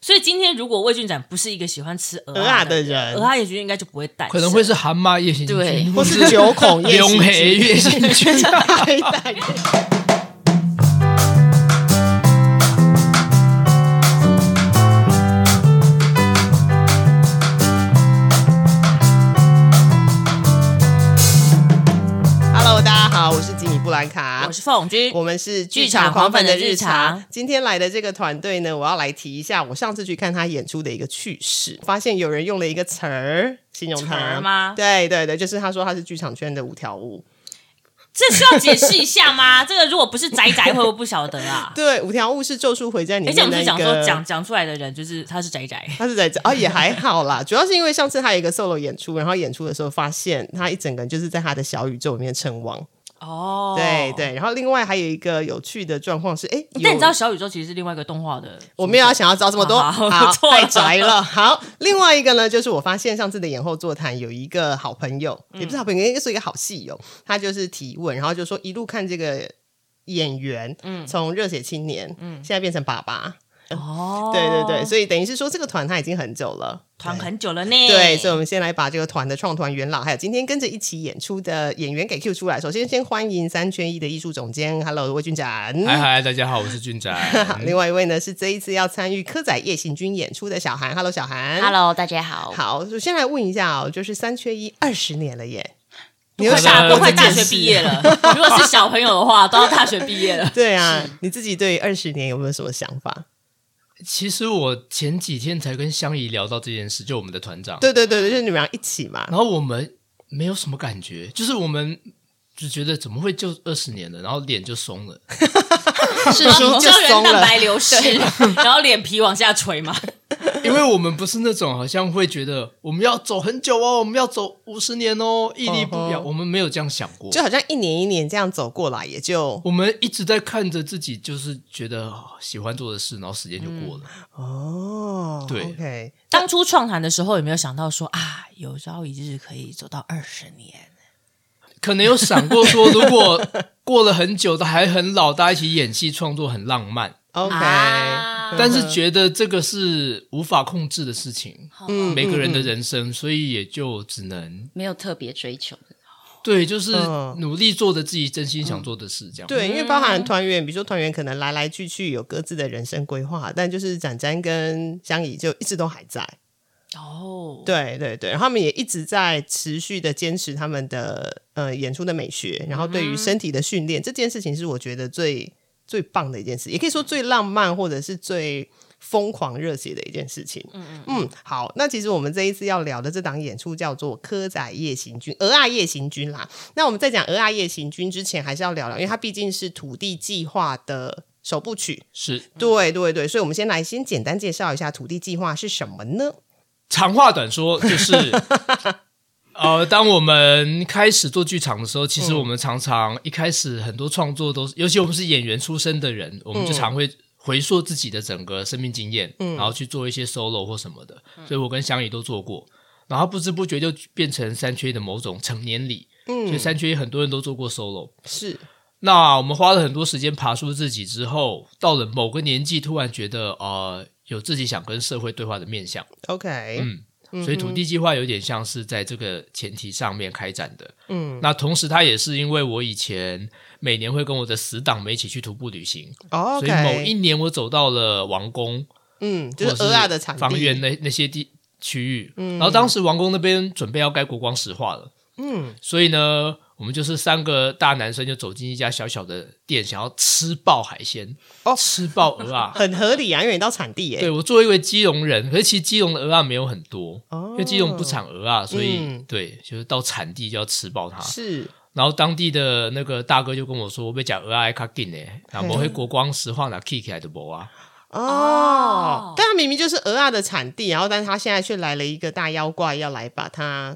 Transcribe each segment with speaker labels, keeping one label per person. Speaker 1: 所以今天如果魏俊展不是一个喜欢吃鹅
Speaker 2: 鹅啊
Speaker 1: 的
Speaker 2: 的人
Speaker 1: 鹅，啊也许应该就不会诞生，
Speaker 3: 可能会是蛤蟆夜行
Speaker 4: 对
Speaker 3: 军，
Speaker 2: 或是 九孔夜
Speaker 3: 龙
Speaker 2: 行
Speaker 3: 黑
Speaker 2: 军，
Speaker 3: 夜行 军。
Speaker 2: 黑带鱼，Hello，大家好，我是吉米布兰卡，
Speaker 1: 我是凤君，
Speaker 2: 啊我们是
Speaker 1: 剧场狂粉的日常。
Speaker 2: 今天来的这个团队呢，我要来提一下我上次去看他演出的一个趣事，发现有人用了一个词儿形容
Speaker 1: 词儿
Speaker 2: 他
Speaker 1: 吗
Speaker 2: 对对对，就是他说他是剧场圈的五条悟。
Speaker 1: 这需要解释一下吗？ 这个如果不是宅宅会，我不晓得啊。
Speaker 2: 对，五条悟是《咒术回战》里
Speaker 1: 而且我
Speaker 2: 面
Speaker 1: 们
Speaker 2: 那
Speaker 1: 是
Speaker 2: 一个
Speaker 1: 讲说讲讲出来的人，就是他是宅宅，
Speaker 2: 他是在这哦，也还好啦， 主要是因为上次他有一个 solo 演出，然后演出的时候发现他一整个人就是在他的小宇宙里面称王，
Speaker 1: 哦，
Speaker 2: 对。对。然后另外还有一个有趣的状况是，哎，
Speaker 1: 但
Speaker 2: 有
Speaker 1: 你知道小宇宙其实是另外一个动画的，
Speaker 2: 我没有要想要知道这么多，
Speaker 1: 好好
Speaker 2: 好
Speaker 1: 错了
Speaker 2: 太宅了。好，另外一个呢，就是我发现上次的演后座谈有一个好朋友，
Speaker 1: 嗯
Speaker 2: 也不是好朋友，应该是一个好戏友，他就是提问，然后就说一路看这个演员，嗯，从热血青年，嗯，现在变成爸爸，
Speaker 1: 哦，
Speaker 2: 对对对，，所以等于是说这个团他已经很久了，
Speaker 1: 团
Speaker 2: 对
Speaker 1: 很久了呢，
Speaker 2: 对，所以我们先来把这个团的创团元老，还有今天跟着一起演出的演员给 Q 出来。首先，先欢迎三缺一的艺术总监，Hello 魏俊展。
Speaker 3: 嗨嗨，大家好，我是俊仔。
Speaker 2: 好 另外一位呢是这一次要参与科仔夜行军演出的小韩，Hello 小韩。
Speaker 4: Hello，大家好。
Speaker 2: 好，首先来问一下哦，就是三缺一二十年了耶，你有
Speaker 1: 快
Speaker 2: 想
Speaker 1: 大
Speaker 2: 过
Speaker 1: 都
Speaker 2: 这
Speaker 1: 快大
Speaker 2: 件
Speaker 1: 学
Speaker 2: 事
Speaker 1: 毕业？了， 如果是小朋友的话，都要大学毕业了。
Speaker 2: 对啊，你自己对二十年有没有什么想法？
Speaker 3: 其实我前几天才跟香姨聊到这件事，就我们的团长，
Speaker 2: 对对对对，就是你们俩一起嘛。
Speaker 3: 然后我们没有什么感觉，就是我们就觉得怎么会就二十年了，然后脸就松了。
Speaker 2: 是
Speaker 1: 胶
Speaker 2: 就
Speaker 1: 原
Speaker 2: 松
Speaker 1: 蛋
Speaker 2: 了，
Speaker 1: 白流失， 然后脸皮往下垂嘛。
Speaker 3: 因为我们不是那种好像会觉得我们要走很久哦，我们要走五十年哦，屹立不摇。
Speaker 2: 嗯哼
Speaker 3: 我们没有这样想过，
Speaker 2: 就好像一年一年这样走过来，也就
Speaker 3: 我们一直在看着自己，就是觉得哦喜欢做的事，然后时间就过了。
Speaker 2: 哦，
Speaker 3: 对
Speaker 2: ，OK，
Speaker 1: 当初创坛的时候，有没有想到说啊，有朝一日可以走到二十年？
Speaker 3: 可能有想过说，如果过了很久，他还很老，大家一起演戏创作很浪漫，
Speaker 2: OK，、
Speaker 1: 啊
Speaker 3: 但是觉得这个是无法控制的事情，
Speaker 2: 嗯
Speaker 3: 每个人的人生，所以也就只能
Speaker 4: 没有特别追求的，
Speaker 3: 对，就是
Speaker 2: 嗯
Speaker 3: 努力做着自己真心想做的事，这样。
Speaker 2: 对，因为包含团员，比如说团员可能来来去去有各自的人生规划，但就是展展跟香怡就一直都还在，
Speaker 1: 哦，
Speaker 2: 对对对，然后他们也一直在持续的坚持他们的呃演出的美学，然后对于身体的训练、这件事情是我觉得最最棒的一件事，也可以说最浪漫或者是最。疯狂热血的一件事情，嗯嗯好，那其实我们这一次要聊的这档演出叫做《科仔夜行军》，鹅啊夜行军啦。那我们在讲鹅啊夜行军之前，还是要聊聊，因为它毕竟是土地计划的首部曲，
Speaker 3: 是
Speaker 2: 对对对，所以我们先来先简单介绍一下土地计划是什么呢？
Speaker 3: 长话短说，就是 呃，当我们开始做剧场的时候，其实我们常常一开始很多创作都是，尤其我们是演员出身的人，我们就常会。回溯自己的整个生命经验，然后去做一些 solo 或什么的，所以我跟香姨都做过，然后不知不觉就变成三缺一的某种成年礼，所以三缺一很多人都做过 solo，
Speaker 2: 是
Speaker 3: 那我们花了很多时间爬出自己之后，到了某个年纪，突然觉得呃，有自己想跟社会对话的面向，
Speaker 2: OK，
Speaker 3: 嗯，所以土地计划有点像是在这个前提上面开展的。
Speaker 2: 嗯，
Speaker 3: 那同时它也是因为我以前每年会跟我的死党们一起去徒步旅行，
Speaker 2: 哦，OK，
Speaker 3: 所以某一年我走到了王宫，
Speaker 2: 嗯，就
Speaker 3: 或
Speaker 2: 是
Speaker 3: 者
Speaker 2: 鹅啊的产地，
Speaker 3: 房源那那些地区域，然后当时王宫那边准备要盖国光石化了，
Speaker 2: 嗯，
Speaker 3: 所以呢，我们就是三个大男生就走进一家小小的店，想要吃爆海鲜，
Speaker 2: 哦
Speaker 3: 吃爆鹅啊。
Speaker 2: 很合理啊，因为你到产地
Speaker 3: 对
Speaker 2: 耶，
Speaker 3: 我作为一位基隆人，可是其实基隆的鹅啊没有很多，
Speaker 2: 哦
Speaker 3: 因为基隆不产鹅啊，所以、
Speaker 2: 嗯
Speaker 3: 对，就是到产地就要吃爆它。
Speaker 2: 是
Speaker 3: 然后当地的那个大哥就跟我说：“我被讲鹅啊还卡紧呢，那我会国光石化拿 k 起来的不啊。”
Speaker 2: 哦，但它明明就是鹅啊的产地，然后但是它现在却来了一个大妖怪，要来把它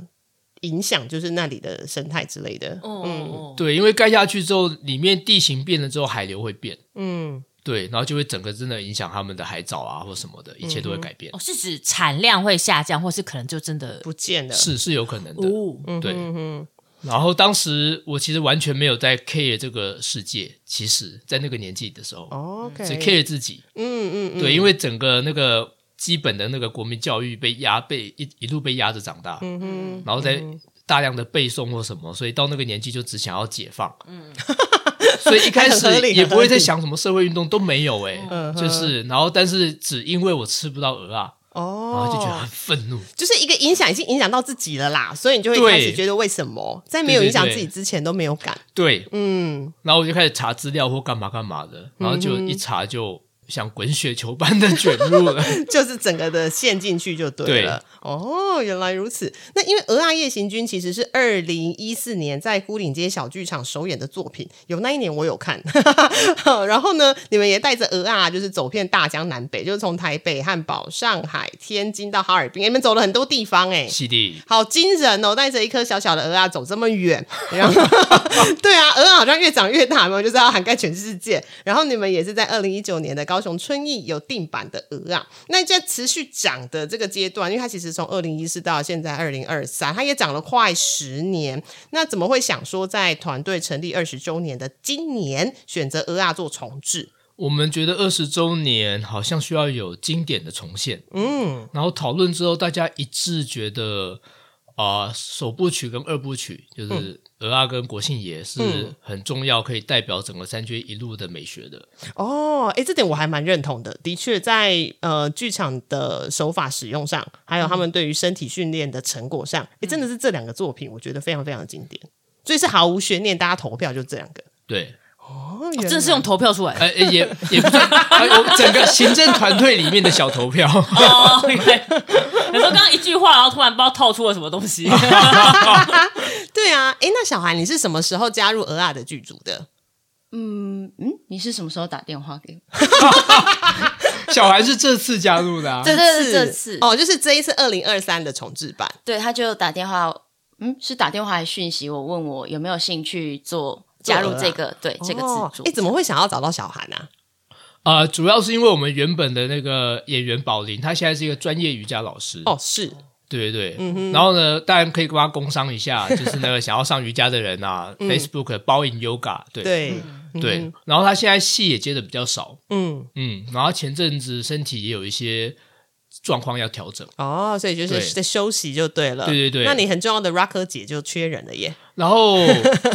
Speaker 2: 影响，就是那里的生态之类的，
Speaker 1: 哦，
Speaker 3: 对，因为盖下去之后，里面地形变了之后，海流会变，
Speaker 2: 嗯，
Speaker 3: 对，然后就会整个真的影响他们的海藻啊或什么的，一切都会改
Speaker 2: 嗯
Speaker 3: 变，
Speaker 1: 哦，是指产量会下降，或是可能就真的
Speaker 2: 不见了，
Speaker 3: 是是有可能的，
Speaker 1: 哦，
Speaker 2: 嗯
Speaker 3: 对。
Speaker 2: 哼
Speaker 3: 然后当时我其实完全没有在 care 这个世界，其实在那个年纪的时候，
Speaker 2: 哦，OK，
Speaker 3: 只 care 自己，
Speaker 2: 嗯嗯嗯，
Speaker 3: 对，因为整个那个基本的那个国民教育被压被一一路被压着长大，
Speaker 2: 嗯哼，
Speaker 3: 然后再大量的背诵或什么，所以到那个年纪就只想要解放。嗯， 所以一开 始
Speaker 2: 很合理
Speaker 3: 也不会在想什么社会运动都没有哎、
Speaker 2: 嗯哼
Speaker 3: 就是然后但是只因为我吃不到鹅啊，然后就觉得
Speaker 2: 哦
Speaker 3: 很，愤怒。
Speaker 2: 就是一个影响已经影响到自己了啦，所以你就会
Speaker 3: 对
Speaker 2: 开始觉得为什么在没有影响自己之前都没有感，
Speaker 3: 对，
Speaker 2: 嗯，
Speaker 3: 然后我就开始查资料或干嘛干嘛的，然后就一查就像滚雪球般的卷入 了。
Speaker 2: 就是整个的陷进去就对了。哦，原来如此。那因为《鹅啊夜行军》其实是二零一四年在孤岭街小剧场首演的作品，有那一年我有看。 然后呢，你们也带着鹅啊，就是走遍大江南北，就是从台北、汉堡、上海、天津到哈尔滨，你哎们走了很多地方哎、
Speaker 3: 西地，
Speaker 2: 好惊人哦！带着一颗小小的鹅啊走这么远，然后对啊，鹅啊好像越长越大嘛，就是要涵盖全世界。然后你们也是在二零一九年的高雄春艺有定版的鹅啊，那在持续涨的这个阶段，因为它其实从二零一四到现在二零二三，它也涨了快十年。那怎么会想说在团队成立二十周年的今年选择鹅啊做重置？
Speaker 3: 我们觉得二十周年好像需要有经典的重现，
Speaker 2: 嗯，
Speaker 3: 然后讨论之后，大家一致觉得啊、首部曲跟二部曲就是鹅啊跟国庆爷是很重要，可以代表整个三缺一路的美学的。
Speaker 2: 哦，哎，这点我还蛮认同的。的确在，呃剧场的手法使用上，还有他们对于身体训练的成果上，哎、真的是这两个作品，我觉得非常非常的经典。所以是毫无悬念，大家投票就这两个。
Speaker 3: 对，
Speaker 2: 哦，
Speaker 1: 哦真的是 用投票出来的。
Speaker 3: 呃，呃也也不算， 哎我整个行政团队里面的小投票。
Speaker 1: 哦，原来有时候刚刚一句话，然后突然不知道套出了什么东 西。
Speaker 2: 对啊。哎，那小韩，你是什么时候加入俄亚的剧组的？
Speaker 4: 嗯嗯，你是什么时候打电话给我？
Speaker 3: 小韩是这次加入的、啊，
Speaker 4: 对对对，这次
Speaker 2: 哦，就是这一次二零二三的重置版。
Speaker 4: 对，他就打电话，嗯，是打电话还是讯息我，问我有没有兴趣做加入这个对哦这个制
Speaker 2: 哎
Speaker 4: 作、。
Speaker 2: 诶怎么会想要找到小韩啊？
Speaker 3: 呃，主要是因为我们原本的那个演员宝林，他现在是一个专业瑜伽老师，
Speaker 2: 哦，是
Speaker 3: 对对
Speaker 2: 嗯
Speaker 3: 对，然后呢，当然可以跟他工商 一下，就是那个想要上瑜伽的人啊，Facebook 包赢 Yoga，对
Speaker 2: 嗯对，
Speaker 3: 对，然后他现在戏也接的比较少，
Speaker 2: 嗯，
Speaker 3: 嗯，然后前阵子身体也有一些状况要调整，
Speaker 2: 哦，所以就是
Speaker 3: 对
Speaker 2: 在休息就对了。
Speaker 3: 对对对
Speaker 2: 那你很重要的 Rocker 姐就缺人了耶。
Speaker 3: 然 后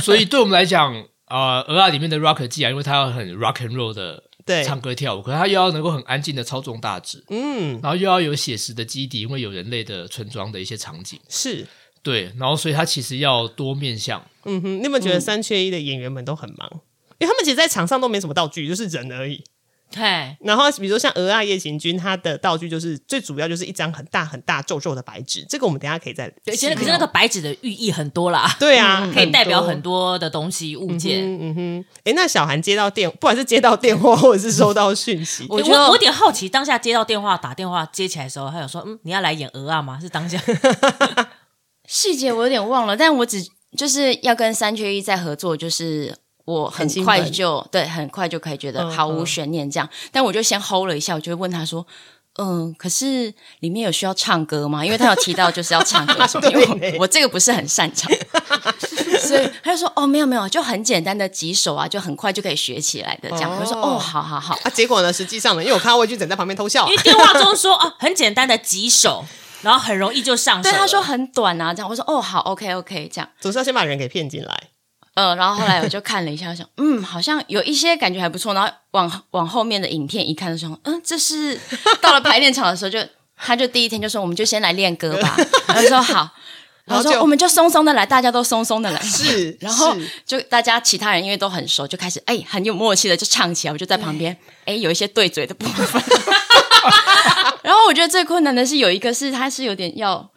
Speaker 3: 所以对我们来讲啊，呃鹅啊里面的 Rock 既然因为他要很 Rock and Roll 的
Speaker 2: 对，
Speaker 3: 唱歌跳舞，可是他又要能够很安静的操纵大指，
Speaker 2: 嗯，
Speaker 3: 然后又要有写实的基底，因为有人类的村庄的一些场景，
Speaker 2: 是，
Speaker 3: 对，然后所以他其实要多面向。
Speaker 2: 嗯哼，你有没有觉得三缺一的演员们都很忙？因为他们其实，在场上都没什么道具，就是人而已。
Speaker 1: 对，
Speaker 2: 然后，比如说像《鹅啊夜行军》，它的道具就是最主要就是一张很大很大皱皱的白纸，这个我们等一下可以再
Speaker 1: 对，
Speaker 2: 细
Speaker 1: 其
Speaker 2: 聊。
Speaker 1: 实可
Speaker 4: 哦
Speaker 1: 是那个白纸的寓意很多啦，
Speaker 2: 对啊，
Speaker 1: 可以代表很
Speaker 2: 多。
Speaker 1: 多的东西物件。
Speaker 2: 嗯哼，哎，那小韩接到电，不管是接到电话或者是收到讯息，
Speaker 1: 我
Speaker 4: 觉得
Speaker 1: 我有点好奇，当下接到电话打电话接起来的时候，他有说：“嗯，你要来演鹅啊吗？”是当 下
Speaker 4: 细节我有点忘了，但我只就是要跟三缺一再合作，就是我很
Speaker 2: 兴
Speaker 4: 快
Speaker 2: 奋
Speaker 4: 就对，很快就可以觉得
Speaker 2: 嗯
Speaker 4: 毫无
Speaker 2: 嗯
Speaker 4: 悬念这样。但我就先 hold 了一下，我就问他说。嗯，可是里面有需要唱歌吗？因为他有提到就是要唱 歌什么，因为
Speaker 2: 对
Speaker 4: 我我这个不是很擅长，所以他就说哦没有没有，就很简单的几首啊，就很快就可以学起来的这样。我就说
Speaker 2: 哦
Speaker 4: 哦好好好，
Speaker 2: 啊，结果呢，实际上呢，因为我看到魏俊整在旁边偷笑
Speaker 1: 因，为电话中 说啊，很简单的几首，然后很容易就上手了。
Speaker 4: 对他说很短啊这样，我说哦好 OK OK 这样。
Speaker 2: 总是要先把人给骗进来。
Speaker 4: 呃，然后后来我就看了一下，我想，嗯，好像有一些感觉还不错。然后往往后面的影片一看，就想，嗯，这是到了排练场的时候就，他就第一天就说，我们就先来练歌吧。然后说好，
Speaker 2: 然
Speaker 4: 然
Speaker 2: 后
Speaker 4: 后
Speaker 2: 就
Speaker 4: 说我们就松松的来，大家都松松的来。
Speaker 2: 是，
Speaker 4: 然后
Speaker 2: 是
Speaker 4: 就大家其他人因为都很熟，就开始哎很有默契的就唱起来，我就在旁边哎有一些对嘴的部分。 然后我觉得最困难的是有一个是他是有点要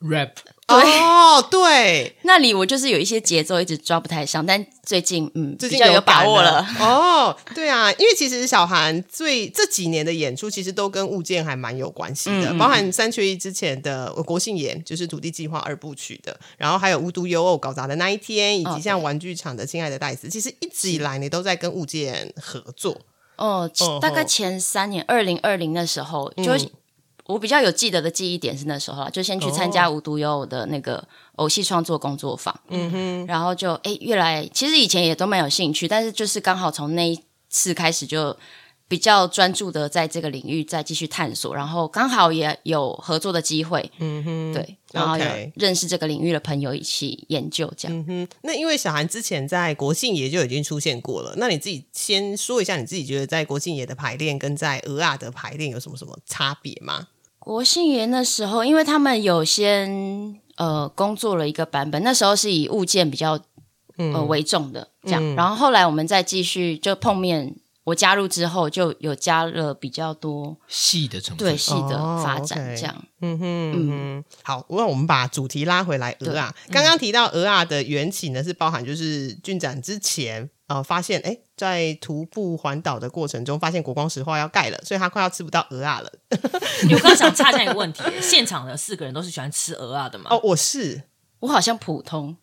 Speaker 3: rap
Speaker 2: 哦，对，
Speaker 4: 那里我就是有一些节奏一直抓不太上，但最近嗯
Speaker 2: 最
Speaker 4: 比
Speaker 2: 近
Speaker 4: 较有
Speaker 2: 感
Speaker 4: 把 握了。
Speaker 2: 哦，对啊，因为其实小韩最这几年的演出其实都跟物件还蛮有关系的，
Speaker 4: 嗯嗯
Speaker 2: 包含三缺一之前的呃国庆演，就是土地计划二部曲的，然后还有无独有偶搞砸的那一天，以
Speaker 4: 哦
Speaker 2: 及
Speaker 4: 对
Speaker 2: 像玩具厂的亲爱的戴斯，其实一直以来你都在跟物件合作。
Speaker 4: 哦，其
Speaker 2: 哦
Speaker 4: 大概
Speaker 2: 吼
Speaker 4: 前三年，二零二零那时候，就、
Speaker 2: 嗯
Speaker 4: 我比较有记得的记忆点是那时候啦，就先去参加无独有偶的那个偶戏创作工作坊，
Speaker 2: 哦嗯哼，
Speaker 4: 然后就哎，越来其实以前也都蛮有兴趣，但是就是刚好从那一次开始就。比较专注的在这个领域再继续探索，然后刚好也有合作的机会，
Speaker 2: 嗯哼，
Speaker 4: 对，然后有
Speaker 2: OK
Speaker 4: 认识这个领域的朋友一起研究这样。
Speaker 2: 嗯哼，那因为小韩之前在国庆爷就已经出现过了，那你自己先说一下，你自己觉得在国庆爷的排练跟在俄亚的排练有什么什么差别吗？
Speaker 4: 国庆爷那时候，因为他们有先呃工作了一个版本，那时候是以物件比较呃为重的这样，然后后来我们再继续就碰面。我加入之后，就有加了比较多
Speaker 3: 戏的成分
Speaker 4: 对戏的
Speaker 2: 哦
Speaker 4: 发展，
Speaker 2: OK
Speaker 4: 这样、
Speaker 2: 嗯哼，嗯哼，好，那我们把主题拉回来鹅啊。刚刚提到鹅啊的缘起呢，是包含就是俊展之前呃发现，哎，在徒步环岛的过程中发现国光石化要盖了，所以他快要吃不到鹅啊了。
Speaker 1: 我刚想插下一个问题，现场的四个人都是喜欢吃鹅啊的嘛？
Speaker 2: 哦，我是
Speaker 4: 我好像普通，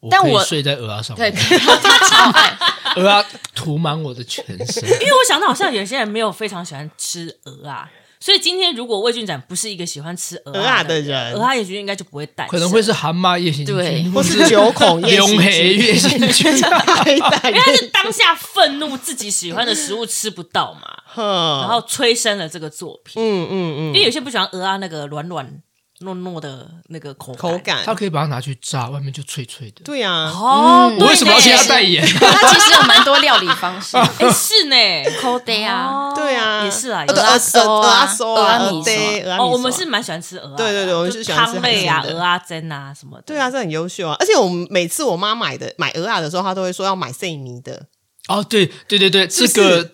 Speaker 3: 我
Speaker 4: 但
Speaker 3: 可以
Speaker 4: 我
Speaker 3: 睡在鹅啊上
Speaker 4: 对，
Speaker 3: 面，
Speaker 4: 他超爱，
Speaker 3: 鹅啊涂满我的全身。
Speaker 1: 因为我想到好像有些人没有非常喜欢吃鹅啊，所以今天如果魏俊展不是一个喜欢吃鹅
Speaker 2: 鹅啊
Speaker 1: 的
Speaker 2: 的，人
Speaker 1: 鹅， 啊也许应该就不会诞生，
Speaker 3: 可能会是蛤蟆夜行
Speaker 4: 对
Speaker 3: 军，
Speaker 2: 或是九孔夜
Speaker 3: 永
Speaker 2: 行
Speaker 3: 黑夜行军。
Speaker 2: 黑带
Speaker 1: 因为他是当下愤怒自己喜欢的食物吃不到 嘛，
Speaker 2: 哦
Speaker 1: 然后催生了这个作品。
Speaker 2: 嗯嗯嗯，
Speaker 1: 因为有些不喜欢鹅啊那个软软糯糯的那个口
Speaker 2: 口
Speaker 1: 口。
Speaker 2: 感
Speaker 3: 他可以把它拿去炸，外面就脆脆的。
Speaker 2: 对啊，
Speaker 1: 哦，
Speaker 4: 嗯
Speaker 1: 对
Speaker 3: 我为什么要
Speaker 1: 呢
Speaker 3: 替他代言？
Speaker 4: 他其实有蛮多料理方 式
Speaker 1: 哎，是呢，
Speaker 4: 抠 d 啊，
Speaker 1: 哦
Speaker 2: 对啊
Speaker 1: 也是啊，
Speaker 2: 呃
Speaker 1: 也是
Speaker 4: 鹅啊粥啊
Speaker 2: 鹅啊粥啊，
Speaker 4: 鹅啊
Speaker 2: 鹅
Speaker 4: 米
Speaker 2: 对
Speaker 4: 粥
Speaker 2: 鹅啊米粥
Speaker 1: 哦，我们是蛮喜欢吃鹅啊的，
Speaker 2: 对对对我们
Speaker 1: 就是
Speaker 2: 喜欢吃
Speaker 1: 汤类啊
Speaker 2: 海、鲜的
Speaker 1: 鹅啊蒸啊什么的。
Speaker 2: 对啊，，这很优秀啊！而且我们每次我妈买的买鹅啊的时候，她都会说要买碎米的，
Speaker 3: 哦，对对对对，这
Speaker 2: 不是
Speaker 3: 个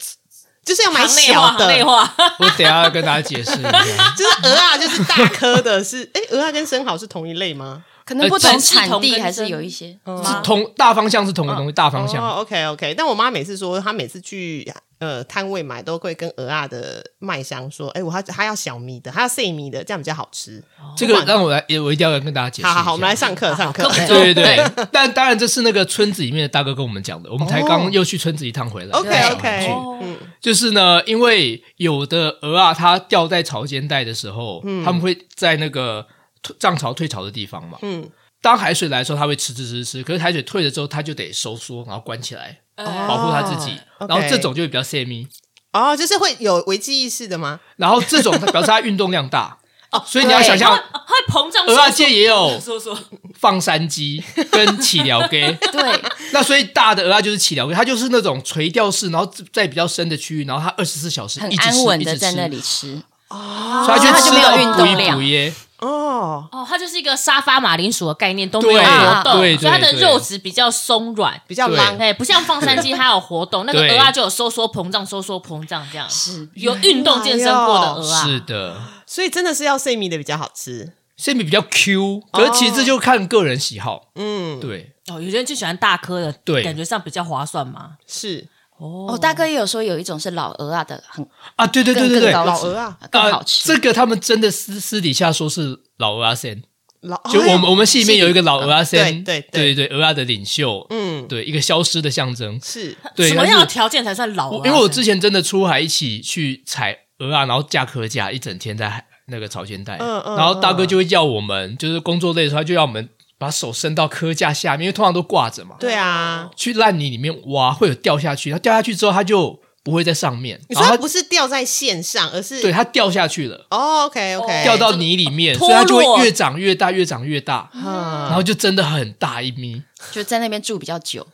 Speaker 2: 就是要买
Speaker 1: 行内话，
Speaker 2: 小
Speaker 1: 行内
Speaker 2: 的，
Speaker 1: 话，
Speaker 3: 我等一下要跟大家解释一下。
Speaker 2: 就是鹅啊，就是大颗的是， 诶，鹅啊跟生蚝是同一类吗？
Speaker 4: 可能不
Speaker 3: 呃
Speaker 4: 同
Speaker 1: 是
Speaker 4: 产
Speaker 1: 同
Speaker 4: 地
Speaker 1: 根
Speaker 4: 还是
Speaker 1: 生
Speaker 4: 有一些，
Speaker 3: 是同大方向是同个东西，大方向。
Speaker 2: 啊哦，OK OK，但我妈每次说，她每次去呃摊位买，都会跟鹅啊的卖商说，诶，我还她要小米的，她要碎米的，这样比较好吃。
Speaker 3: 这个让我来，也我一定要跟大家解释一
Speaker 2: 好
Speaker 3: 下。
Speaker 2: 好好，我们来上课上课。
Speaker 3: 对对对，但当然这是那个村子里面的大哥跟我们讲的，我们才
Speaker 2: 哦
Speaker 3: 刚又去村子一趟回来。
Speaker 2: OK
Speaker 3: 小韩
Speaker 2: OK，
Speaker 3: 去
Speaker 1: 哦
Speaker 2: 嗯，
Speaker 3: 就是呢，因为有的鹅啊，它掉在潮间带的时候，
Speaker 4: 嗯
Speaker 3: 它们会在那个退涨潮退潮的地方嘛。
Speaker 2: 嗯
Speaker 3: 嗯，当海水来的时候，它会吃吃吃吃，可是海水退了之后，它就得收缩，然后关起来，
Speaker 1: 呃
Speaker 4: 啊
Speaker 3: 保护它自己。
Speaker 2: OK
Speaker 3: 然后这种就会比较 semi，
Speaker 2: 哦，就是会有危机意识的吗？
Speaker 3: 然后这种它表示它运动量大。 哦，所以你要
Speaker 4: 对
Speaker 3: 想象
Speaker 1: 它会膨胀。
Speaker 3: 鹅啊界也有
Speaker 1: 说说，
Speaker 3: 放山鸡跟起疗给，
Speaker 4: 对，
Speaker 3: 那所以大的鹅啊就是起疗给，它就是那种垂钓式，然后在比较深的区域，然后它二十四小时
Speaker 4: 很
Speaker 3: 一直吃
Speaker 4: 安稳的
Speaker 3: 一直吃
Speaker 4: 在那里吃，
Speaker 3: 所以它
Speaker 4: 它
Speaker 3: 就
Speaker 4: 就
Speaker 3: 吃
Speaker 4: 没有
Speaker 3: 到
Speaker 4: 运
Speaker 3: 补
Speaker 4: 动
Speaker 3: 一
Speaker 4: 量
Speaker 3: 补耶。
Speaker 2: 哦，
Speaker 1: 哦，它就是一个沙发马铃薯的概念，都没有
Speaker 3: 对
Speaker 1: 活动，
Speaker 3: 对对
Speaker 1: 所以它的
Speaker 3: 对
Speaker 1: 肉质比较松软，
Speaker 2: 比较
Speaker 3: 对
Speaker 2: 浪。
Speaker 1: 哎，不像放山 鸡，它有活动，那个
Speaker 3: 对
Speaker 1: 鹅啊就有收缩膨胀、收缩膨胀这样，
Speaker 4: 是
Speaker 2: 哎
Speaker 1: 有运动健身过的鹅啊，
Speaker 3: 是的，
Speaker 2: 所以真的是要碎米的比较好吃。
Speaker 3: 馅饼比较 Q，可是其实这就看个人喜好。
Speaker 2: 嗯，
Speaker 3: 对，
Speaker 1: 哦，有些人就喜欢大颗的，
Speaker 3: 对
Speaker 1: 感觉上比较划算嘛。
Speaker 2: 是
Speaker 1: 哦
Speaker 4: 哦，大哥也有说有一种是老鹅啊的，很
Speaker 3: 啊，对对对
Speaker 4: 更
Speaker 3: 对
Speaker 4: 更
Speaker 3: 对，
Speaker 4: 高
Speaker 2: 老
Speaker 4: 级
Speaker 2: 鹅啊，
Speaker 4: 更
Speaker 3: 呃
Speaker 4: 好吃。
Speaker 3: 这个他们真的私私底下说是老鹅阿仙，
Speaker 2: 老
Speaker 3: 就我们
Speaker 2: 哎
Speaker 3: 我们系里面有一个老鹅阿
Speaker 2: 嗯
Speaker 3: 仙，
Speaker 2: 对对
Speaker 3: 对对，鹅阿的领袖，
Speaker 2: 嗯
Speaker 3: 对，一个消失的象征。
Speaker 2: 是
Speaker 3: 对，
Speaker 1: 什么样
Speaker 3: 他
Speaker 1: 的
Speaker 3: 是
Speaker 1: 条件才算老、啊？
Speaker 3: 我因为我之前真的出海一起去采鹅啊，然后架壳架一整天在海那个潮间带，
Speaker 2: 嗯嗯
Speaker 3: 然后大哥就会要我们，就是工作累的时候，他就要我们把手伸到壳架下面，因为通常都挂着嘛，
Speaker 2: 对啊。
Speaker 3: 去烂泥里面挖，会有掉下去。它掉下去之后，它就不会在上面。
Speaker 2: 你说
Speaker 3: 然后
Speaker 2: 它
Speaker 3: 它
Speaker 2: 不是掉在线上，而是
Speaker 3: 对它掉下去了，
Speaker 2: 哦，OK OK，
Speaker 3: 掉到泥里面，
Speaker 1: 脱
Speaker 3: 所
Speaker 1: 落
Speaker 3: 以它就会越长越大，越长越大，
Speaker 2: 嗯
Speaker 3: 然后就真的很大一咪。
Speaker 4: 就在那边住比较久，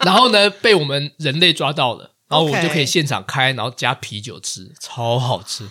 Speaker 3: 然后呢，被我们人类抓到了。然后我
Speaker 2: OK
Speaker 3: 就可以现场开，然后加啤酒吃，超好吃，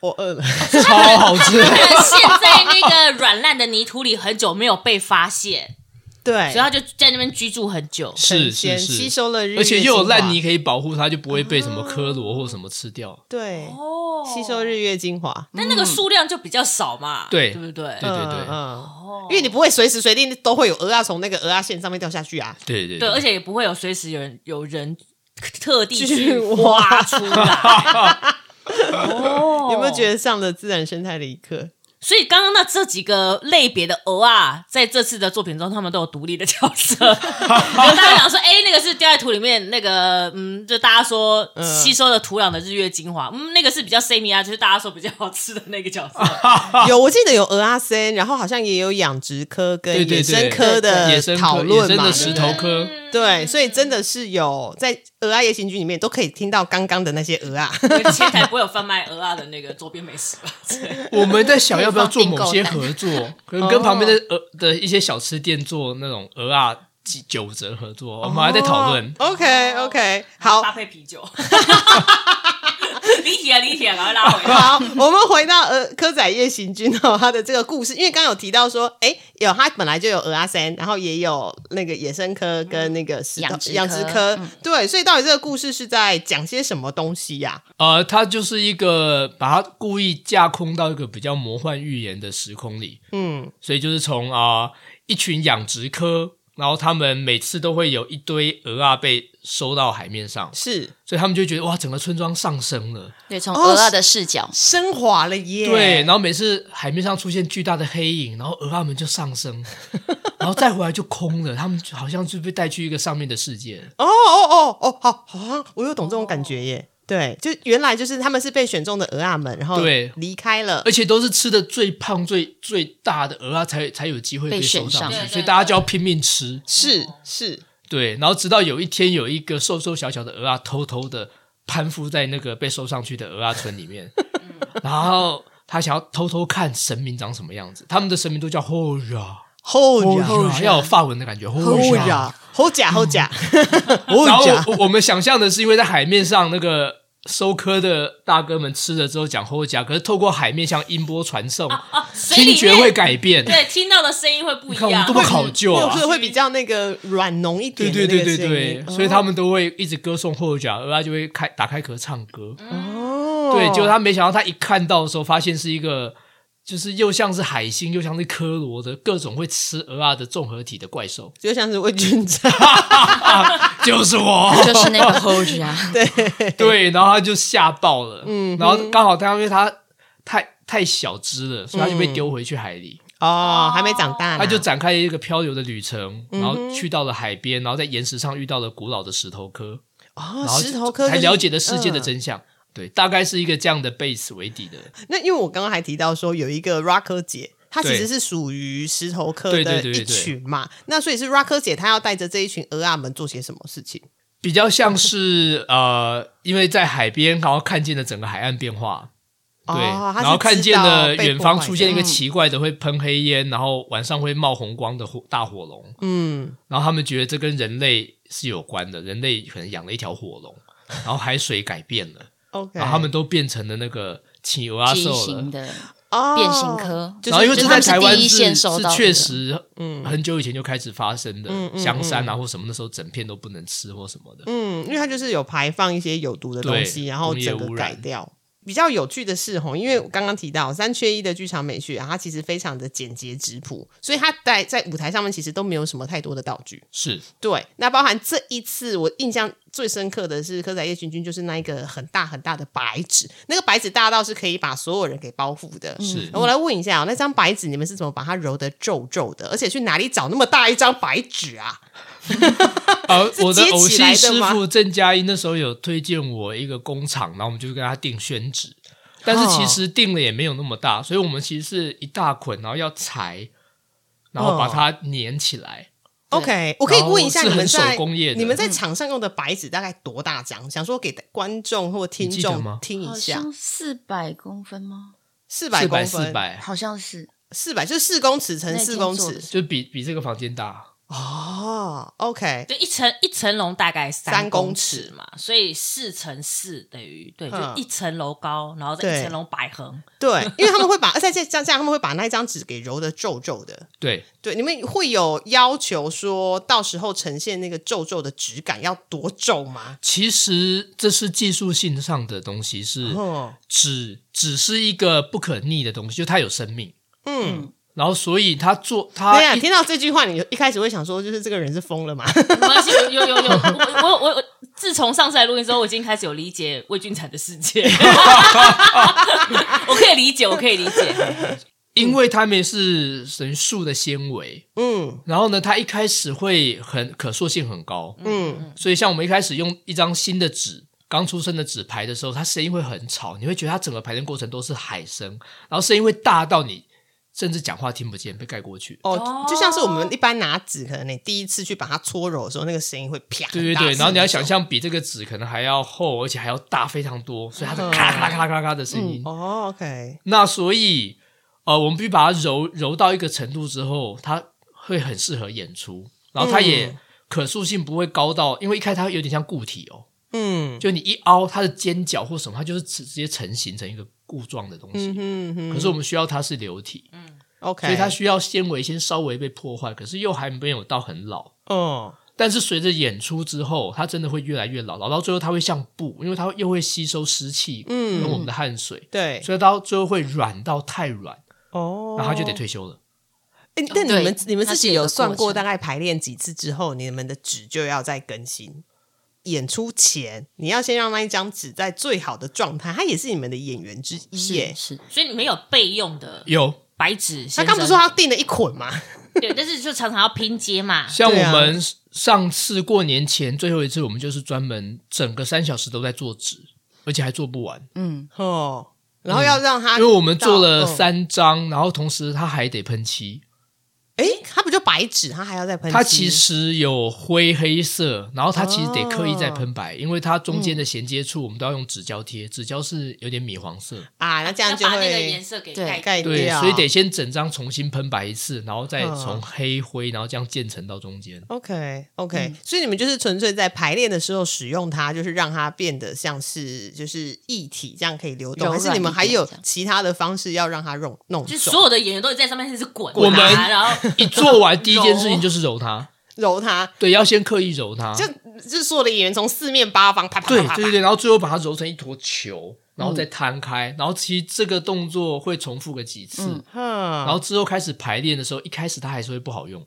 Speaker 2: 我饿了，
Speaker 3: 超 好吃。
Speaker 1: 陷在那个软烂的泥土里很久没有被发 现，
Speaker 2: 对
Speaker 1: 所以，他就在那边居住很久。
Speaker 3: 是
Speaker 2: 先
Speaker 3: 是
Speaker 2: 吸
Speaker 3: 是，
Speaker 2: 收了日月，嗯
Speaker 3: 而且又有烂泥，可以保护它，就不会被什么科罗或什么吃掉。
Speaker 2: 对，
Speaker 1: 哦
Speaker 2: 吸收日月精华，
Speaker 1: 但那个数量就比较少嘛，
Speaker 3: 对
Speaker 1: 对不对？
Speaker 3: 哦对对
Speaker 2: 嗯嗯，因为你不会随时随地都会有鹅啊从那个鹅啊线上面掉下去啊，
Speaker 3: 对对
Speaker 1: 对，而且也不会有随时有人有人特地
Speaker 2: 去
Speaker 1: 去
Speaker 2: 挖
Speaker 1: 挖出来。哦
Speaker 2: 有没有觉得上了自然生态的一 课？
Speaker 1: 所以刚刚那这几个类别的鹅啊，在这次的作品中，他们都有独立的角色。 有大家讲说，哎、那个是掉在土里面，那个嗯，就大家说
Speaker 3: 嗯
Speaker 1: 吸收了土壤的日月精华，嗯，那个是比较 semi 啊，就是大家说比较好吃的那个角色。
Speaker 2: 有，我记得有鹅啊森，然后好像也有养殖科跟
Speaker 3: 对对
Speaker 2: 野
Speaker 3: 对
Speaker 2: 生科
Speaker 3: 野
Speaker 2: 的
Speaker 3: 生
Speaker 2: 讨
Speaker 3: 科、
Speaker 2: 论
Speaker 3: 野生
Speaker 2: 嘛，
Speaker 3: 的
Speaker 2: 对
Speaker 3: 石
Speaker 2: 不对
Speaker 3: 头科，
Speaker 2: 对，所以真的是有在《鹅啊夜行军》里面都可以听到刚刚的那些鹅啊，
Speaker 1: 前台不会有贩卖鹅啊的那个周边美食吧？
Speaker 3: 我们在想要不要做某些合作，可能跟旁边的鹅的一些小吃店做那种鹅啊几九折合作，我们还在讨论。
Speaker 2: OK OK，好
Speaker 1: 搭配啤酒。 啊离题了，离题了，赶快拉回 来。
Speaker 2: 好，我们回到呃科仔夜行军哦，他的这个故事，因为刚刚有提到说，哎，有他本来就有鹅阿三，然后也有那个野生科跟那个石头
Speaker 4: 养殖科
Speaker 2: 养殖科，对，所以到底这个故事是在讲些什么东西呀、
Speaker 3: 呃，他就是一个把它故意架空到一个比较魔幻预言的时空里，
Speaker 2: 嗯，
Speaker 3: 所以就是从啊、一群养殖科，然后他们每次都会有一堆鹅啊被收到海面上，
Speaker 2: 是
Speaker 3: 所以他们就觉得哇，整个村庄上升了。
Speaker 4: 对，从
Speaker 2: 哦
Speaker 4: 鹅啊的视角，
Speaker 2: 升华了耶，
Speaker 3: 对，然后每次海面上出现巨大的黑影，然后鹅啊们就上 升，然后再回来就空了，他们就好像就被带去一个上面的世界了。
Speaker 2: 哦哦哦哦，好，好像我有懂这种感觉耶。对，就原来就是他们是被选中的鹅啊们，然后
Speaker 3: 对呃
Speaker 2: 离开了
Speaker 3: 而，且都是吃的最胖、最最大的鹅啊，才才有机会
Speaker 4: 被
Speaker 3: 收
Speaker 4: 选
Speaker 3: 上
Speaker 4: 上
Speaker 3: 去，
Speaker 1: 对
Speaker 3: 所以
Speaker 1: 对
Speaker 3: 大家就要拼命吃。
Speaker 2: 是是，
Speaker 3: 对，然后直到有一天，有一个瘦瘦小小的鹅啊，偷偷的攀附在那个被收上去的鹅啊村里 面，然后他想要偷偷看神明长什么样子，他们的神明都叫后呀，
Speaker 2: 后呀
Speaker 3: 后呀，要有法文的感觉，后
Speaker 2: 后
Speaker 3: 呀。
Speaker 2: 呀，后甲后 甲，后
Speaker 3: 然后
Speaker 2: 甲，
Speaker 3: 我我们想象的是，因为在海面上那个收科的大哥们吃了之后讲后甲，可是透过海面像音波传送，
Speaker 2: 哦
Speaker 1: 啊，水
Speaker 3: 听
Speaker 1: 里
Speaker 3: 觉会
Speaker 1: 面
Speaker 3: 改变。
Speaker 1: 对听到的声音会不一
Speaker 3: 看我
Speaker 1: 样
Speaker 3: 们多。么考究
Speaker 2: 或
Speaker 3: 啊
Speaker 2: 者！会比较那个软浓一
Speaker 3: 对
Speaker 2: 点的
Speaker 3: 对
Speaker 2: 那
Speaker 3: 对
Speaker 2: 个声
Speaker 3: 对
Speaker 2: 音，嗯
Speaker 3: 对，所以他们都会一直歌颂后甲，而他就会开打开壳唱歌。
Speaker 2: 哦，，
Speaker 3: 对，结果他没想到他一看到的时候，发现是一个就是又像是海星又像是科罗的各种会吃鹅啊的综合体的怪兽
Speaker 2: 就像是魏军长，
Speaker 3: 就是我。
Speaker 4: 就是那个 hold 啊，
Speaker 3: 对，然后他就吓爆了。嗯，然后刚好他因为他太太小只了，所以他就被丢回去海里。
Speaker 2: 哦，还没长大呢，
Speaker 3: 他就展开一个漂流的旅程，
Speaker 2: 嗯
Speaker 3: 然后去到了海边，然后在岩石上遇到了古老的石头科，
Speaker 2: 哦
Speaker 3: 然后
Speaker 2: 石头科
Speaker 3: 才
Speaker 2: 就是
Speaker 3: 了解了世界的
Speaker 2: 嗯
Speaker 3: 真相。对，大概是一个这样的 base 为底的。
Speaker 2: 那因为我刚刚还提到说有一个 Rocker 姐，她其实是属于石头科
Speaker 3: 对
Speaker 2: 的
Speaker 3: 对对
Speaker 2: 一
Speaker 3: 对对
Speaker 2: 群嘛，那所以是 Rocker 姐她要带着这一群鹅啊们做些什么事情？
Speaker 3: 比较像是呃，因为在海边，然后看见了整个海岸变化，对，
Speaker 2: 哦、她是
Speaker 3: 然后看见了
Speaker 2: 知道被
Speaker 3: 远方
Speaker 2: 破坏
Speaker 3: 出现一
Speaker 2: 的
Speaker 3: 个奇怪的会喷黑烟，然后晚上会冒红光的火大火龙，
Speaker 2: 嗯，
Speaker 3: 然后他们觉得这跟人类是有关的，人类可能养了一条火 龙，然后海水改变了，
Speaker 2: OK，
Speaker 3: 然后他们都变成了那个企鹅啊
Speaker 4: 畸
Speaker 3: 兽
Speaker 4: 形
Speaker 3: 了。
Speaker 4: 的，
Speaker 2: 哦
Speaker 4: 变形科
Speaker 2: 就是
Speaker 3: 然后因为
Speaker 4: 就
Speaker 3: 这
Speaker 4: 他
Speaker 3: 在
Speaker 4: 们是
Speaker 3: 台湾
Speaker 4: 第一
Speaker 3: 是
Speaker 4: 线受
Speaker 3: 是
Speaker 4: 到的
Speaker 3: 确实，嗯，很久以前就开始发生的
Speaker 2: 嗯，嗯
Speaker 3: 香山啊或什么那时候整片都不能吃或什么的，
Speaker 2: 嗯，因为它就是有排放一些有毒的东西，
Speaker 3: 对
Speaker 2: 然后
Speaker 3: 工业
Speaker 2: 整个
Speaker 3: 污染
Speaker 2: 改掉。比较有趣的是，吼，因为我刚刚提到三缺一的剧场美学、啊，它其实非常的简洁质朴，所以它在在舞台上面其实都没有什么太多的道具。
Speaker 3: 是
Speaker 2: 对，那包含这一次我印象最深刻的是《科仔夜行军》，就是那一个很大很大的白纸，那个白纸大到是可以把所有人给包覆的。
Speaker 3: 嗯是
Speaker 2: 我来问一下、哦，那张白纸你们是怎么把它揉得皱皱的？而且去哪里找那么大一张白纸啊？
Speaker 3: 呃，
Speaker 2: 是
Speaker 3: 我的
Speaker 2: 接
Speaker 3: 偶
Speaker 2: 起
Speaker 3: 戏
Speaker 2: 来的
Speaker 3: 师
Speaker 2: 吗
Speaker 3: 傅郑佳音那时候有推荐我一个工厂，然后我们就跟他订宣纸，但是其
Speaker 2: 哦
Speaker 3: 实订了也没有那么大，所以我们其实是一大捆，然后要裁，然后把
Speaker 2: 哦
Speaker 3: 它粘起来。
Speaker 4: 对
Speaker 2: OK，我可以问一下
Speaker 3: 然后
Speaker 2: 你
Speaker 3: 是
Speaker 2: 们
Speaker 3: 很
Speaker 2: 在
Speaker 3: 手工业的
Speaker 2: 你们在场上用的白纸大概多大张？想说给观众或听
Speaker 3: 你记得
Speaker 2: 众
Speaker 3: 吗
Speaker 2: 听
Speaker 4: 好
Speaker 2: 一下，
Speaker 4: 像四百公分吗？
Speaker 2: 四百
Speaker 3: 四
Speaker 2: 公
Speaker 3: 百四
Speaker 2: 分，
Speaker 3: 百，
Speaker 4: 好像是，
Speaker 2: 四百就是四公尺乘
Speaker 4: 那已
Speaker 2: 四
Speaker 4: 经
Speaker 2: 公
Speaker 4: 做
Speaker 2: 尺
Speaker 4: 的
Speaker 3: 就比比这个房间大。
Speaker 2: 哦。OK，
Speaker 1: 就一层一层楼大概
Speaker 2: 三公
Speaker 1: 公
Speaker 2: 尺
Speaker 1: 嘛，所以四乘四等于对，就
Speaker 2: 嗯
Speaker 1: 一层楼高，然后再
Speaker 2: 对
Speaker 1: 一层楼百横。
Speaker 2: 对，因为他们会把，而且这样这样他们会把那一张纸给揉得皱皱的。
Speaker 3: 对，
Speaker 2: 对，你们会有要求说到时候呈现那个皱皱的质感要多皱吗？
Speaker 3: 其实这是技术性上的东西，是
Speaker 2: 哦，
Speaker 3: 只只是一个不可逆的东西，就它有生命。
Speaker 2: 嗯，啊
Speaker 3: 然后，所以它做
Speaker 2: 对呀、
Speaker 3: 啊它一
Speaker 2: 听到这句话，你一开始会想说，就是这个人是疯了嘛？
Speaker 1: 没关系，有有有有，我我我我自从上次来录音之后，我已经开始有理解魏俊产的世界， 我可以理解，我可以理解。
Speaker 3: 因为它们是神树的纤维，
Speaker 2: 嗯
Speaker 3: 然后呢，它一开始会很可塑性很高，
Speaker 2: 嗯，
Speaker 3: 所以像我们一开始用一张新的纸，刚出生的纸排的时候，它声音会很吵，你会觉得它整个排练过程都是海声，然后声音会大到你甚至讲话听不见，被盖过去。
Speaker 2: 哦，就像是我们一般拿纸，可能你第一次去把它搓揉的时候，那个声音会啪，
Speaker 3: 对对
Speaker 2: 很大
Speaker 3: 对，
Speaker 2: 声
Speaker 3: 然后你要想象比这个纸可能还要厚，而且还要大非常多，所以它
Speaker 2: 嗯
Speaker 3: 的咔咔咔咔咔的声音。
Speaker 2: 哦，OK，
Speaker 3: 那所以呃，我们必须把它揉揉到一个程度之后，它会很适合演出，然后它也
Speaker 2: 嗯
Speaker 3: 可塑性不会高到，因为一开始它有点像固体哦，
Speaker 2: 嗯
Speaker 3: 就你一凹它的尖角或什么，它就是直直接成型成一个固状的东西。
Speaker 2: 嗯哼嗯
Speaker 3: 可是我们需要它是流体，
Speaker 2: ，OK，
Speaker 3: 所以它需要纤维先稍微被破坏，可是又还没有到很老。
Speaker 2: 哦，
Speaker 3: 但是随着演出之后，它真的会越来越老，老到最后它会像布，因为它又会吸收湿气，嗯，跟我们的汗水，
Speaker 2: 对，
Speaker 3: 所以到最后会软到太软，
Speaker 2: 哦，
Speaker 3: 然后它就得退休了。
Speaker 2: 诶。那你们
Speaker 4: 对
Speaker 2: 你们
Speaker 4: 它
Speaker 2: 自
Speaker 4: 是
Speaker 2: 己
Speaker 4: 有
Speaker 2: 有
Speaker 4: 个
Speaker 2: 算
Speaker 4: 过
Speaker 2: 过
Speaker 4: 程
Speaker 2: 大概排练几次之后，你们的纸就要再更新？演出前，你要先让那一张纸在最好的状态，它也是你们的演员之一耶
Speaker 4: 是。是，
Speaker 1: 所以你们有备用的
Speaker 3: 有
Speaker 1: 白纸先
Speaker 2: 他
Speaker 1: 生。
Speaker 2: 刚不是说他订了一捆吗？
Speaker 1: 对，但是就常常要拼接嘛。
Speaker 3: 像
Speaker 2: 对啊
Speaker 3: 我们上次过年前最后一次，我们就是专门整个三小时都在做纸，而且还做不完，
Speaker 4: 嗯，
Speaker 2: 哦，然后要让他，
Speaker 3: 因为我们做了
Speaker 2: 到，
Speaker 3: 三张，然后同时它还得喷漆，
Speaker 2: 哎、诶它不就白纸，它还要再喷漆。
Speaker 3: 它其实有灰黑色，然后它其实得刻意再喷白，因为它中间的衔接处我们都要用纸胶贴，纸胶是有点米黄色，
Speaker 2: 啊，那这
Speaker 1: 要
Speaker 2: 样就
Speaker 1: 把那个颜
Speaker 2: 会
Speaker 1: 色给
Speaker 4: 对
Speaker 1: 盖
Speaker 2: 盖
Speaker 3: 哎对，
Speaker 2: 掉，
Speaker 3: 啊所以得先整张重新喷白一次，然后再
Speaker 2: 嗯
Speaker 3: 从黑灰，然后这样渐层到中间。
Speaker 2: OK OK，、所以
Speaker 3: 嗯
Speaker 2: 你们就是纯粹在排练的时候使用它，就是让它变得像是就是液体，这样可以流动，
Speaker 4: 柔
Speaker 2: 还
Speaker 4: 软
Speaker 2: 是你们还有
Speaker 4: 一点这样
Speaker 2: 其他的方式要让它弄弄
Speaker 1: 就是
Speaker 2: 肿
Speaker 1: 所有的演员都在上面开始滚啊，
Speaker 3: 我们
Speaker 1: 然后
Speaker 3: 一做完第一件事情就是揉它，
Speaker 2: 揉它？
Speaker 3: 对，要先刻意揉 它，
Speaker 2: 就就是所有的演员从四面八方啪 啪啪
Speaker 3: 对
Speaker 2: 啪啪
Speaker 3: 对对对，然后最后把它揉成一坨球，然后再摊开，然后其实这个动作会重复个几次，
Speaker 4: 嗯
Speaker 2: 然
Speaker 3: 然后之后开始排练的时候，一开始它还是会不好用，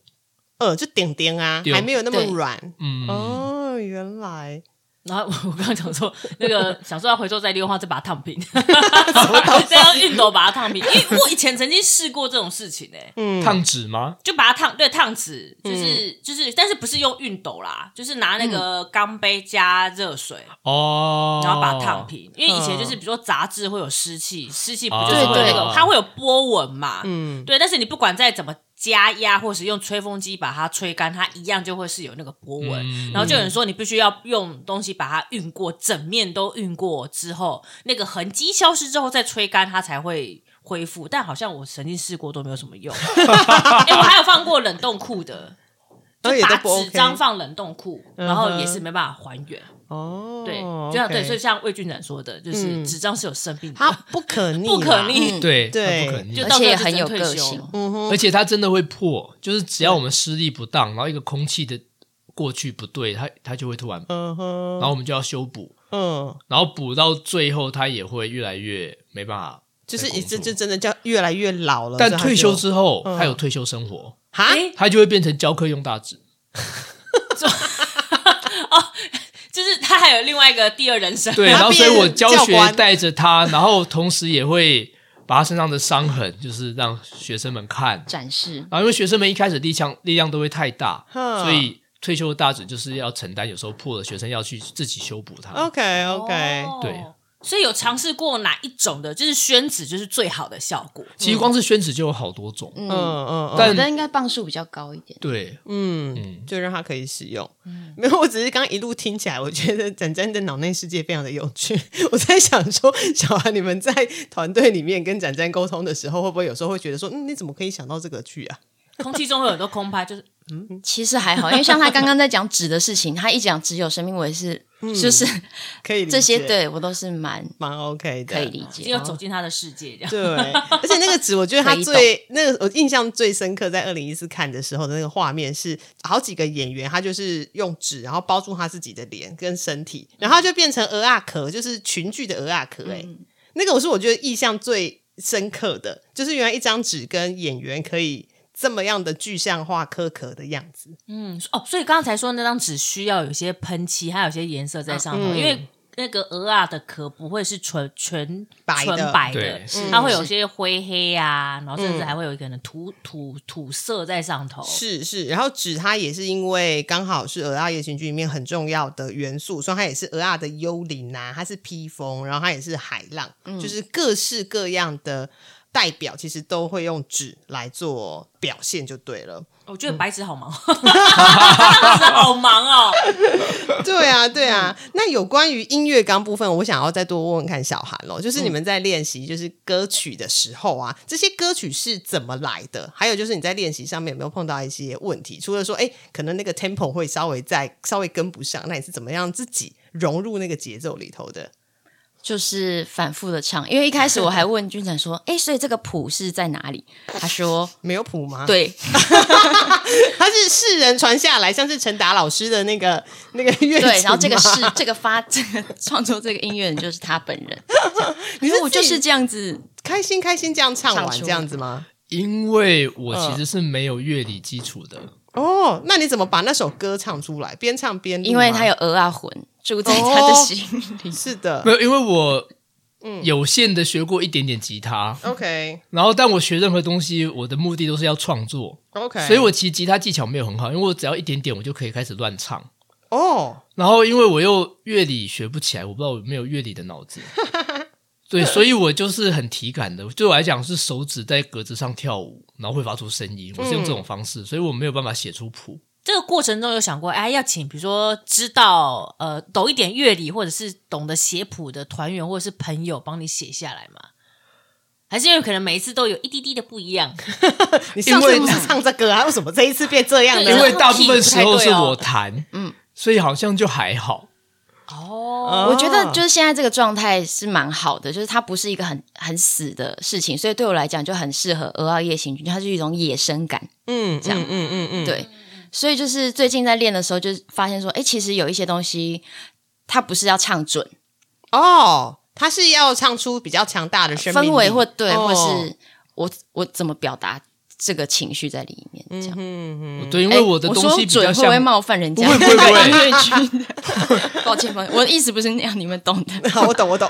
Speaker 2: 呃就点点啊，
Speaker 3: 对
Speaker 2: 还没有那么
Speaker 4: 对
Speaker 2: 软
Speaker 3: 嗯，
Speaker 2: 哦，原来
Speaker 1: 然后我刚刚讲说那 个想说要回收再利用的话，再把它烫平，再要熨斗把它烫平。因为我以前曾经试过这种事情哎、
Speaker 3: 烫纸吗？
Speaker 1: 就把它烫对烫纸，
Speaker 3: 嗯
Speaker 1: 就是、就是，但是不是用熨斗啦，就是拿那个
Speaker 3: 嗯
Speaker 1: 钢杯加热水，
Speaker 3: 哦，嗯
Speaker 1: 然后把它烫平。因为以前就是比如说杂志会有湿气，湿气不
Speaker 3: 哦
Speaker 1: 就是会那
Speaker 4: 对
Speaker 1: 个
Speaker 3: 对
Speaker 1: 它会有波纹嘛，嗯，对。但是你不管再怎么加压，或是用吹风机把它吹干，它一样就会是有那个波纹。
Speaker 3: 嗯
Speaker 1: 然后就有人说你必须要用东西把它熨过，整面都熨过之后，那个痕迹消失之后再吹干，它才会。恢复，但好像我曾经试过都没有什么 用。哎、我还有放过冷冻库的，
Speaker 2: 然后哦也
Speaker 1: 把
Speaker 2: 都不
Speaker 1: 纸
Speaker 2: OK
Speaker 1: 张放冷冻库，然后也
Speaker 2: 嗯
Speaker 1: 是
Speaker 2: 哼
Speaker 1: 没办法还原。
Speaker 2: 哦，
Speaker 1: 对，就像对，所以
Speaker 2: OK
Speaker 1: 像魏俊展说的，就是
Speaker 2: 嗯
Speaker 1: 纸张是有生病的，
Speaker 2: 它不可逆，
Speaker 1: 不可。逆，
Speaker 3: 对
Speaker 2: 对
Speaker 3: 它不可逆
Speaker 1: 就
Speaker 4: 而
Speaker 1: 到
Speaker 4: 且
Speaker 1: 最
Speaker 4: 也
Speaker 1: 后
Speaker 4: 很有
Speaker 1: 就只能
Speaker 4: 个
Speaker 1: 退休
Speaker 4: 性，
Speaker 3: 而且它真的会破，就是只要我们施力不当，然后一个空气的过去不对，它它就会突然，
Speaker 2: 嗯
Speaker 3: 然
Speaker 2: 哼，
Speaker 3: 后我们就要修补，
Speaker 2: 嗯，
Speaker 3: 然后补到最后，它也会越来越没办法
Speaker 2: 就
Speaker 3: 再
Speaker 2: 是
Speaker 3: 工作。
Speaker 2: 一这就真的叫越来越老了。
Speaker 3: 但
Speaker 2: 哦所以它
Speaker 3: 退
Speaker 2: 就
Speaker 3: 休之后，
Speaker 2: 嗯
Speaker 3: 它有退休生活，
Speaker 2: 哈，
Speaker 1: 诶
Speaker 3: 它就会变成教课用大纸。
Speaker 1: 就是他还有另外一个第二人 生，
Speaker 3: 对，
Speaker 2: 它
Speaker 3: 然后所以我
Speaker 2: 变
Speaker 3: 教
Speaker 2: 教
Speaker 3: 学
Speaker 2: 官
Speaker 3: 带着它，然后同时也会把它身上的伤痕，就是让学生们看。
Speaker 4: 展示
Speaker 3: 然后因为学生们一开始力量力量都会太大，
Speaker 2: 哼
Speaker 3: 所以退休的大纸就是要承担，有时候破了学生要去自己修补它。
Speaker 2: OK OK，
Speaker 1: 哦
Speaker 3: 对。
Speaker 1: 所以有尝试过哪一种的，就是宣纸，就是最好的效果。
Speaker 3: 其实光是宣纸就有好多种，
Speaker 2: 嗯嗯，嗯
Speaker 4: 我
Speaker 3: 但
Speaker 4: 觉得应该磅数比较高一点。
Speaker 3: 对，
Speaker 2: 嗯，
Speaker 3: 嗯，
Speaker 2: 就让它可以使用。
Speaker 4: 嗯
Speaker 2: 没有，我只是刚刚一路听起来，我觉得展展的脑内世界非常的有趣。 我在想说，小韩你们在团队里面跟展展沟通的时候，会不会有时候会觉得说，嗯，你怎么可以想到这个去啊？
Speaker 1: 空气中会有很多空拍，就是
Speaker 4: 其实还好，因为像他刚刚在讲纸的事情，他一讲纸有生命，我也是，
Speaker 3: 嗯
Speaker 4: 就是
Speaker 2: 可以理解
Speaker 4: 这些对我都是蛮
Speaker 2: 蛮 OK 的，
Speaker 4: 可以理
Speaker 3: 啊
Speaker 4: 解。
Speaker 1: 要走进他的世界这样。
Speaker 2: 哦对， 而且那个纸，我觉得它
Speaker 4: 可以
Speaker 2: 最那个我印象最深刻，在二零一四看的时候的那个画面是好几个演员，他就是用纸然后包住他自己的脸跟身体，然后他就变成鹅啊壳，就是群聚的鹅啊壳、欸。哎、那个我是我觉得印象最深刻的，就是原来一张纸跟演员可以这么样的具象化苛刻的样子。
Speaker 1: 嗯，哦，所以刚才说那张纸需要有些喷漆，还有些颜色在上头，
Speaker 2: 嗯
Speaker 1: 因为那个鹅啊的壳不会是纯纯
Speaker 2: 白的嗯
Speaker 1: 纯白的
Speaker 3: 对，
Speaker 1: 它会有些灰黑啊，然后甚至还会有一个可能土土土色在上头。
Speaker 2: 是是，然后纸它也是因为刚好是鹅啊夜行军里面很重要的元素，所以它也是鹅啊的幽灵啊，它是披风，然后它也是海浪，就是各式各样的代表其实都会用纸来做表现就对了。
Speaker 1: 我觉得 白纸好忙，白纸好忙哦。
Speaker 2: 对 啊，对啊。
Speaker 4: 嗯
Speaker 2: 那有关于音乐纲部分，我想要再多问问看小韩咯，
Speaker 4: 嗯
Speaker 2: 就是你们在练习就是歌曲的时候啊，这些歌曲是怎么来的？还有就是你在练习上面有没有碰到一些问题？除了说，哎，可能那个 tempo 会稍微在稍微跟不上，那你是怎么样自己融入那个节奏里头的？
Speaker 4: 就是反复的唱，因为一开始我还问 君展说：“哎、所以这个谱是在哪里？”他说
Speaker 2: 没有谱
Speaker 3: 啊
Speaker 2: 吗？：“，
Speaker 4: 对，
Speaker 2: 它是世人传下来，像是陈达老师的那个那个乐曲吗。
Speaker 4: 对，然后这个是这个发这个创作这个音乐人就是他本人，
Speaker 2: 你
Speaker 4: 因
Speaker 2: 是
Speaker 4: 为我
Speaker 2: 自
Speaker 4: 就
Speaker 2: 己
Speaker 4: 是这样子，
Speaker 2: 开心开心这样唱
Speaker 4: 唱
Speaker 2: 完
Speaker 4: 出
Speaker 2: 这
Speaker 4: 来
Speaker 2: 样子吗？
Speaker 3: 因为我其实是没有乐理基础的，
Speaker 2: 哦，那你怎么把那首歌唱出来？边唱边录吗哦
Speaker 4: 因为他有鹅啊魂住在他的心 里。
Speaker 2: 是的
Speaker 3: 没有，因为我
Speaker 2: 嗯
Speaker 3: 有限的学过一点点吉他，
Speaker 2: ，OK
Speaker 3: 然后但我学任何东西，我的目的都是要创作，
Speaker 2: OK，
Speaker 3: 所以我其实吉他技巧没有很好，因为我只要一点点，我就可以开始乱唱。
Speaker 2: 哦，
Speaker 3: 然后因为我又乐理学不起来，我不知道我有没有乐理的脑 子，对，所以我就是很体感的。对我来讲是手指在格子上跳舞，然后会发出声音，我是用这种方式，所以我没有办法写出谱。
Speaker 1: 这个过程中有想过，哎，要请比如说知道呃懂一点乐理，或者是懂得写谱的团员或者是朋友帮你写下来吗？还是因为可能每一次都有一滴滴的不一样，
Speaker 2: 你上次不是唱这个啊？为什么这一次变这样呢？
Speaker 4: 嗯
Speaker 1: 对
Speaker 3: 因为
Speaker 1: 这
Speaker 3: 大
Speaker 1: 个
Speaker 3: 部分时候是
Speaker 1: key 不太对哦
Speaker 3: 我弹，嗯，所以好像就还好。
Speaker 1: 哦，
Speaker 2: 哦
Speaker 4: 我觉得就是现在这个状态是蛮好的，就是它不是一个很很死的事情，所以对我来讲就很适合《鹅啊夜行军》，它是一种野生感。
Speaker 2: 嗯，
Speaker 4: 这样
Speaker 2: 嗯嗯嗯嗯，
Speaker 4: 对，所以就是最近在练的时候，就是发现说，哎，其实有一些东西它不是要唱准
Speaker 2: 哦，他是要唱出比较强大的生命力
Speaker 4: 氛围或对，
Speaker 2: 哦
Speaker 4: 或是我我怎么表达这个情绪在里面，这样。
Speaker 2: 嗯
Speaker 3: 对，因
Speaker 4: 诶
Speaker 3: 为我的
Speaker 4: 哎我
Speaker 3: 东
Speaker 4: 说
Speaker 3: 西比较
Speaker 4: 准会不会
Speaker 3: 像
Speaker 4: 冒犯人家？
Speaker 3: 不会不会不 会
Speaker 4: 音乐 剧的抱歉抱歉，我的意思不是那样，你们懂的。
Speaker 2: 好，我懂我 懂，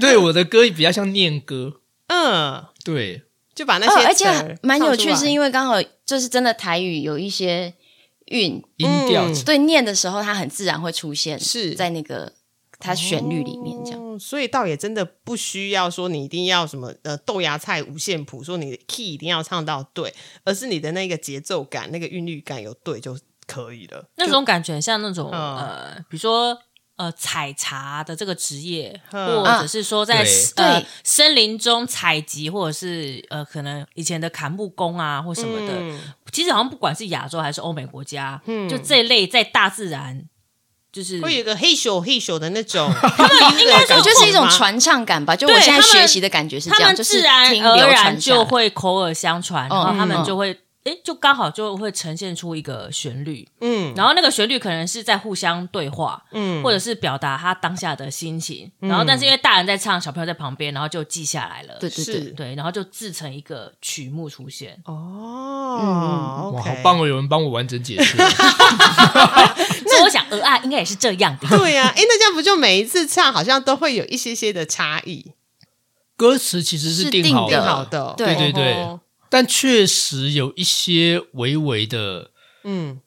Speaker 3: 对，我的歌比较像念歌。
Speaker 2: 嗯，
Speaker 3: 对，
Speaker 2: 就把那
Speaker 4: 哦
Speaker 2: 些，
Speaker 4: 而且蛮有趣，是
Speaker 2: 为
Speaker 4: 因为刚好就是真的台语有一些韵，
Speaker 3: 音调、
Speaker 2: 嗯
Speaker 4: 对念的时候它很自然会出现，
Speaker 2: 是
Speaker 4: 在那个它旋律里面
Speaker 1: 哦
Speaker 4: 这样。
Speaker 2: 哦所以倒也真的不需要说你一定要什么呃豆芽菜五线谱，说你的 key 一定要唱到对，而是你的那个节奏感、那个韵律感有对就可以了。
Speaker 1: 那种感觉很像那种、
Speaker 2: 嗯
Speaker 1: 呃，比如说呃采茶的这个职业，
Speaker 2: 嗯
Speaker 1: 或者是说在、
Speaker 3: 啊
Speaker 1: 呃
Speaker 4: 对
Speaker 1: 森林中采集，或者是呃可能以前的砍木工啊或什么
Speaker 2: 嗯
Speaker 1: 的，
Speaker 4: 嗯
Speaker 1: 其实好像不管是亚洲还是欧美国家，就这类在大自然就是
Speaker 3: 嗯
Speaker 2: 会有一个嘿咻嘿咻的那 种，
Speaker 1: 应该说
Speaker 4: 我觉得是一种
Speaker 2: 吗
Speaker 4: 传唱感吧，就
Speaker 1: 对
Speaker 4: 我现在
Speaker 1: 他们
Speaker 4: 学习的感觉是这
Speaker 1: 他
Speaker 4: 样，
Speaker 1: 们
Speaker 4: 就
Speaker 1: 自
Speaker 4: 是
Speaker 1: 然
Speaker 4: 听
Speaker 1: 而
Speaker 4: 流
Speaker 1: 然
Speaker 4: 传下来
Speaker 1: 就会口耳相传，然
Speaker 4: 嗯
Speaker 1: 后他们
Speaker 4: 嗯
Speaker 1: 就会，诶，就刚好就会呈现出一个旋律，
Speaker 2: 嗯
Speaker 1: 然后那个旋律可能是在互相对话，
Speaker 2: 嗯，
Speaker 1: 或者是表达他当下的心情，
Speaker 4: 嗯
Speaker 1: 然后但是因为大人在唱，小朋友在旁边，然后就记下来了，
Speaker 4: 对对对。
Speaker 2: 是
Speaker 1: 对，然后就制成一个曲目出现。
Speaker 2: 哦，
Speaker 3: 哇，
Speaker 2: OK
Speaker 3: 好棒哦！有人帮我完整解 释。
Speaker 1: 所以我想，鹅啊应该也是这样的，
Speaker 2: 对呀、诶哎，那这样不就每一次唱好像都会有一些些的差异？
Speaker 3: 歌词其实
Speaker 4: 是
Speaker 3: 定好
Speaker 4: 定
Speaker 2: 挺
Speaker 4: 的
Speaker 2: 好的，
Speaker 4: 对
Speaker 3: 对对对
Speaker 2: 哦吼
Speaker 3: 但确实有一些微微的
Speaker 2: 嗯，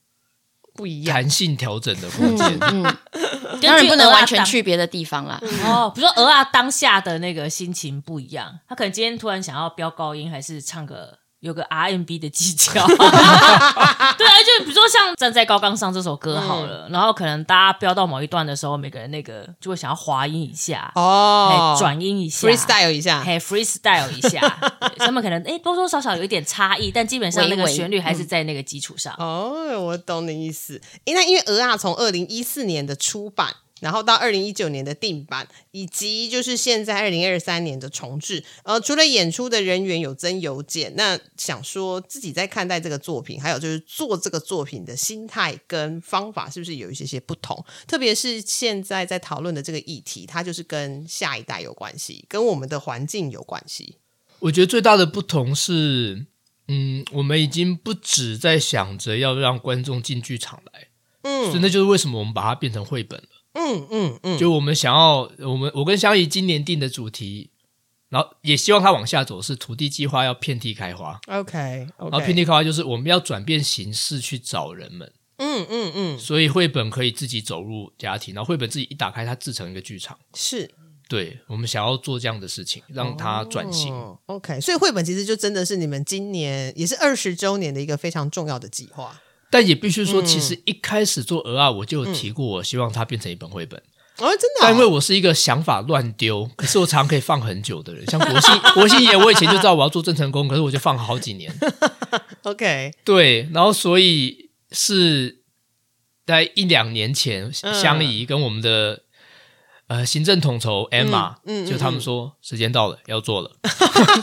Speaker 2: 不一样。
Speaker 3: 弹性调整的
Speaker 2: 嗯
Speaker 3: 空间。
Speaker 1: 根
Speaker 4: 嗯当然
Speaker 1: 据
Speaker 4: 不能
Speaker 1: 鹅啊
Speaker 4: 完全
Speaker 1: 当
Speaker 4: 去别的地方啦。
Speaker 1: 哦，比如说鹅啊当下的那个心情不一样，他可能今天突然想要飙高音，还是唱个有个 RMB 的技巧。 对啊，就比如说像《站在高岗上》这首歌好
Speaker 4: 嗯
Speaker 1: 了，然后可能大家飙到某一段的时候，每个人那个就会想要滑音一下，
Speaker 2: 哦
Speaker 1: 哎，转音一下
Speaker 2: freestyle 啊一下，
Speaker 1: 嘿 freestyle 一下，对他们可能哎多多少少有一点差异，但基本上那个
Speaker 4: 微微
Speaker 1: 旋律还是在那个基础上。
Speaker 2: 哦，我懂你意思。诶，那因为《鹅啊》从二零一四年的出版，然后到二零一九年的定版，以及就是现在二零二三年的重置，呃，除了演出的人员有增有减，那想说自己在看待这个作品，还有就是做这个作品的心态跟方法，是不是有一些些不同？特别是现在在讨论的这个议题，它就是跟下一代有关系，跟我们的环境有关系。
Speaker 3: 我觉得最大的不同是，嗯，我们已经不只在想着要让观众进剧场来，所以
Speaker 2: 嗯
Speaker 3: 那就是为什么我们把它变成绘本了。
Speaker 2: 嗯嗯嗯，
Speaker 3: 就我们想要，我们我跟香怡今年定的主题，然后也希望它往下走是土地计划要遍地开花。
Speaker 2: OK
Speaker 3: 然后遍
Speaker 2: OK，
Speaker 3: 地开花就是我们要转变形式去找人们，
Speaker 2: 嗯嗯嗯，
Speaker 3: 所以绘本可以自己走入家庭，然后绘本自己一打开，它自成一个剧场。
Speaker 2: 是
Speaker 3: 对我们想要做这样的事情，让它转型。
Speaker 2: 哦 OK，所以绘本其实就真的是你们今年也是二十周年的一个非常重要的计划。
Speaker 3: 但也必须说，
Speaker 2: 嗯
Speaker 3: 其实一开始做鹅啊，我就有提过，我希望它变成一本绘本。
Speaker 2: 哦，真的啊、
Speaker 3: 但因为我是一个想法乱丢，可是我常可以放很久的人，像国信 国信也，我以前就知道我要做郑成功，可是我就放好几年。
Speaker 2: OK，
Speaker 3: 对，然后所以是在一两年前，
Speaker 2: 嗯
Speaker 3: 相宜跟我们的呃行政统筹 Emma，
Speaker 2: 嗯嗯
Speaker 3: 就他们说时间到了，要做了，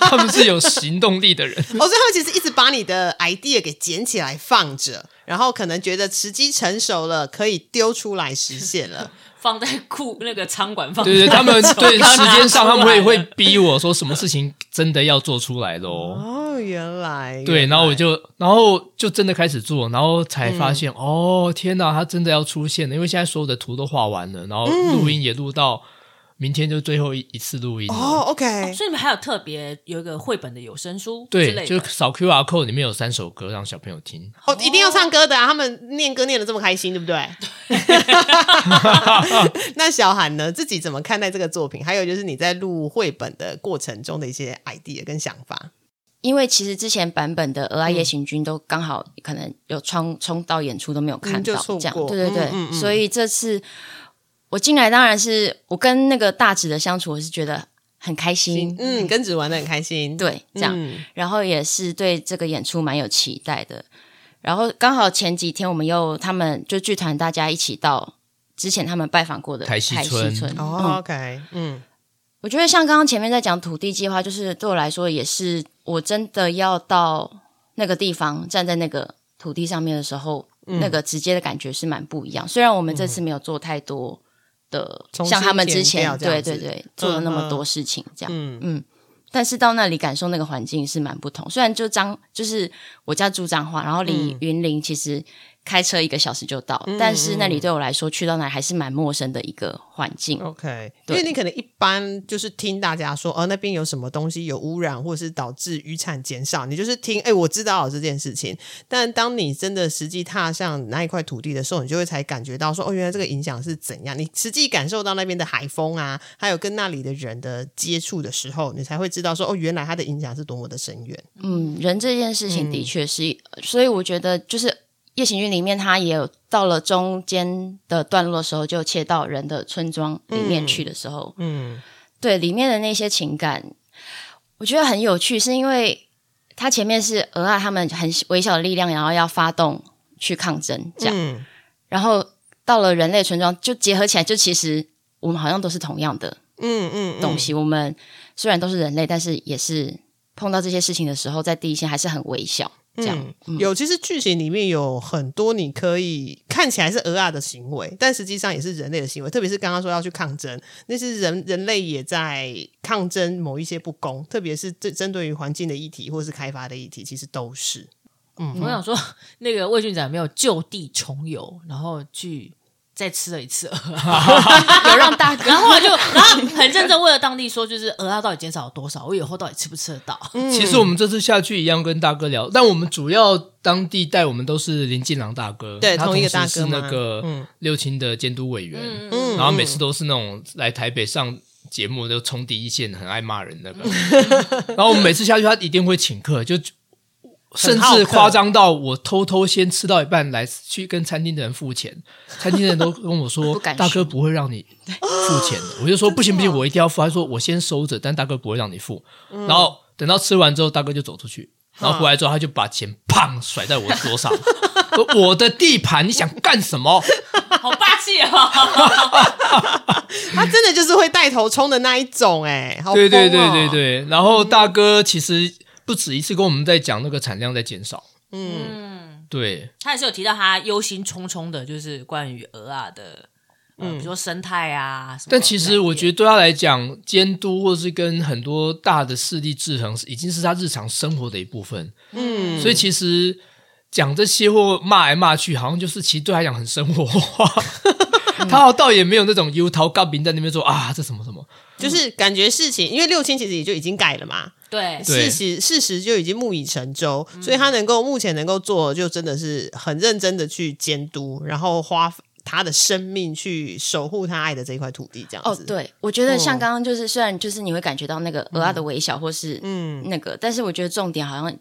Speaker 3: 他们是有行动力的人。
Speaker 2: 哦，所以他们其实一直把你的 idea 给捡起来放着，然后可能觉得时机成熟了，可以丢出来实现了。
Speaker 1: 放在库那个仓管放。
Speaker 3: 对对，他们
Speaker 1: 要
Speaker 3: 对
Speaker 1: 拿
Speaker 3: 时间上
Speaker 1: 出
Speaker 3: 他们会
Speaker 1: 来
Speaker 3: 会
Speaker 1: 了
Speaker 3: 逼我说什么事情真的要做出来喽。
Speaker 2: 哦，原来
Speaker 3: 对，
Speaker 2: 原
Speaker 3: 然后我
Speaker 2: 来
Speaker 3: 就，然后就真的开始做，然后才发现，
Speaker 2: 嗯
Speaker 3: 哦，天哪，它真的要出现了，因为现在所有的图都画完了，然后录音也录到、明天就最后一一次录音了。
Speaker 2: 哦，OK，
Speaker 1: 所以你们还有特别有一个绘本的有声书之
Speaker 3: 对，
Speaker 1: 类
Speaker 3: 就
Speaker 1: 的，
Speaker 3: 扫 QR code 里面有三首歌让小朋友听，
Speaker 2: 哦，一定要唱歌的啊！他们念歌念的这么开心，对不对？ 那小韩呢，自己怎么看待这个作品？还有就是你在录绘本的过程中的一些 idea 跟想法。
Speaker 4: 因为其实之前版本的《鹅啊夜行军》都刚好可能有冲冲到演出都没有看
Speaker 2: 嗯就
Speaker 4: 到，
Speaker 2: 错过
Speaker 4: 这样对对对，
Speaker 2: 嗯嗯嗯
Speaker 4: 所以这次我进来当然是我跟那个大直的相处，我是觉得很开心，
Speaker 2: 嗯，跟子玩的很开心，
Speaker 4: 对，这样，
Speaker 2: 嗯
Speaker 4: 然后也是对这个演出蛮有期待的。然后刚好前几天我们又他们就剧团大家一起到之前他们拜访过的
Speaker 3: 台西
Speaker 4: 台
Speaker 3: 村
Speaker 4: 西村
Speaker 2: 哦，OK，嗯，
Speaker 4: 我觉得像刚刚前面在讲土地计划，就是对我来说也是，我真的要到那个地方，站在那个土地上面的时候，
Speaker 2: 嗯
Speaker 4: 那个直接的感觉是蛮不一样。虽然我们这次没有做太多的，
Speaker 2: 重新
Speaker 4: 像他们之
Speaker 2: 填掉
Speaker 4: 前
Speaker 2: 这样
Speaker 4: 对
Speaker 2: 子
Speaker 4: 对对做了那么多事情这样，
Speaker 2: 嗯
Speaker 4: 嗯但是到那里感受那个环境是蛮不同。虽然就彰就是我家住彰化，然后
Speaker 2: 嗯
Speaker 4: 离云林其实开车一个小时就到，但是
Speaker 2: 嗯
Speaker 4: 那里对我来说去到那里还是蛮陌生的一个环境。
Speaker 2: OK，因
Speaker 4: 对
Speaker 2: 为你可能一般就是听大家说，哦，那边有什么东西有污染，或者是导致渔产减少，你就是听，哎、我知道有这件事情。但当你真的实际踏上那一块土地的时候，你就会才感觉到说，哦，原来这个影响是怎样。你实际感受到那边的海风啊，还有跟那里的人的接触的时候，你才会知道说，哦，原来它的影响是多么的深远。
Speaker 4: 嗯，人这件事情的
Speaker 2: 嗯
Speaker 4: 确是，所以我觉得就是《夜行军》里面，他也有到了中间的段落的时候，就切到人的村庄里面去的时候，
Speaker 2: 嗯
Speaker 4: 对里面的那些情感，我觉得很有趣，是因为他前面是俄啊他们很微小的力量，然后要发动去抗争这样，
Speaker 2: 嗯
Speaker 4: 然后到了人类村庄，就结合起来，就其实我们好像都是同样的，
Speaker 2: 嗯嗯，
Speaker 4: 东西。我们虽然都是人类，但是也是碰到这些事情的时候，在第一线还是很微小。这样，
Speaker 2: 嗯有，其实剧情里面有很多你可以看起来是鹅啊的行为，但实际上也是人类的行为。特别是刚刚说要去抗争，那是人人类也在抗争某一些不公，特别是针针对于环境的议题或是开发的议题，其实都是。
Speaker 1: 嗯
Speaker 3: 嗯
Speaker 1: 我想说，那个魏俊仔没有就地重游，然后去再吃了一 次鹅，
Speaker 4: 有让大
Speaker 1: 然
Speaker 4: 哥
Speaker 1: 后后来就然后很认真为了当地说，就是鹅啊到底减少了多少，我以后到底吃不吃得到？
Speaker 2: 嗯
Speaker 3: 其实我们这次下去一样跟大哥聊，但我们主要当地带我们都是林进郎大哥，
Speaker 2: 对
Speaker 3: 他
Speaker 2: 同一个
Speaker 3: 时
Speaker 2: 大
Speaker 3: 是
Speaker 2: 哥
Speaker 3: 那
Speaker 2: 嘛
Speaker 3: 个
Speaker 2: 嗯
Speaker 3: 六亲的监督委员，
Speaker 2: 嗯
Speaker 3: 然后每次都是那种来台北上节目就冲第一线，很爱骂人那个。 然后我们每次下去，他一定会请客，就甚
Speaker 2: 好
Speaker 3: 至
Speaker 2: 客
Speaker 3: 夸张到我偷偷先吃到一半来去跟餐厅的人付 钱，餐厅的人都跟我说
Speaker 4: 不敢
Speaker 3: 大
Speaker 4: 说
Speaker 3: 哥不会让你付钱的，我就说不行不行，我一定要付。他说我先收着，但大哥不会让你付。
Speaker 4: 嗯
Speaker 3: 然后等到吃完之后，大哥就走出去。然后回来之后，他就把钱砰甩在我桌 上，说：“我的地盘，你想干什么？”
Speaker 1: 好霸气哦！
Speaker 2: 他真的就是会带头冲的那一种、哎，好、
Speaker 3: 对对
Speaker 4: 啊
Speaker 3: 对对，对，然后大哥其实不止一次跟我们在讲那个产量在减少，
Speaker 2: 嗯，
Speaker 3: 对
Speaker 1: 他也是有提到他忧心忡忡的，就是关于鹅啊的，嗯，比如说生态啊什么。
Speaker 3: 但其实我觉得对他来讲，监督或是跟很多大的势力制衡，已经是他日常生活的一部分。嗯，所以其实讲这些或骂来骂去，好像就是其实对他来讲很生活化。他倒也没有那种油桃高饼在那边说啊，这什么什么，
Speaker 2: 就是感觉事情，因为六亲其实也就已经改了嘛，
Speaker 1: 对
Speaker 2: 事
Speaker 3: 对
Speaker 2: 实事实就已经木已成舟，所以他能够目前能够做，的就真的是很认真的去监督，然后花他的生命去守护他爱的这一块土地，这样
Speaker 4: 哦
Speaker 2: 子。，，嗯
Speaker 4: 对，我觉得像刚刚就是，虽然就是你会感觉到那个鹅啊的微笑，或是嗯那个，但是我觉得重点好像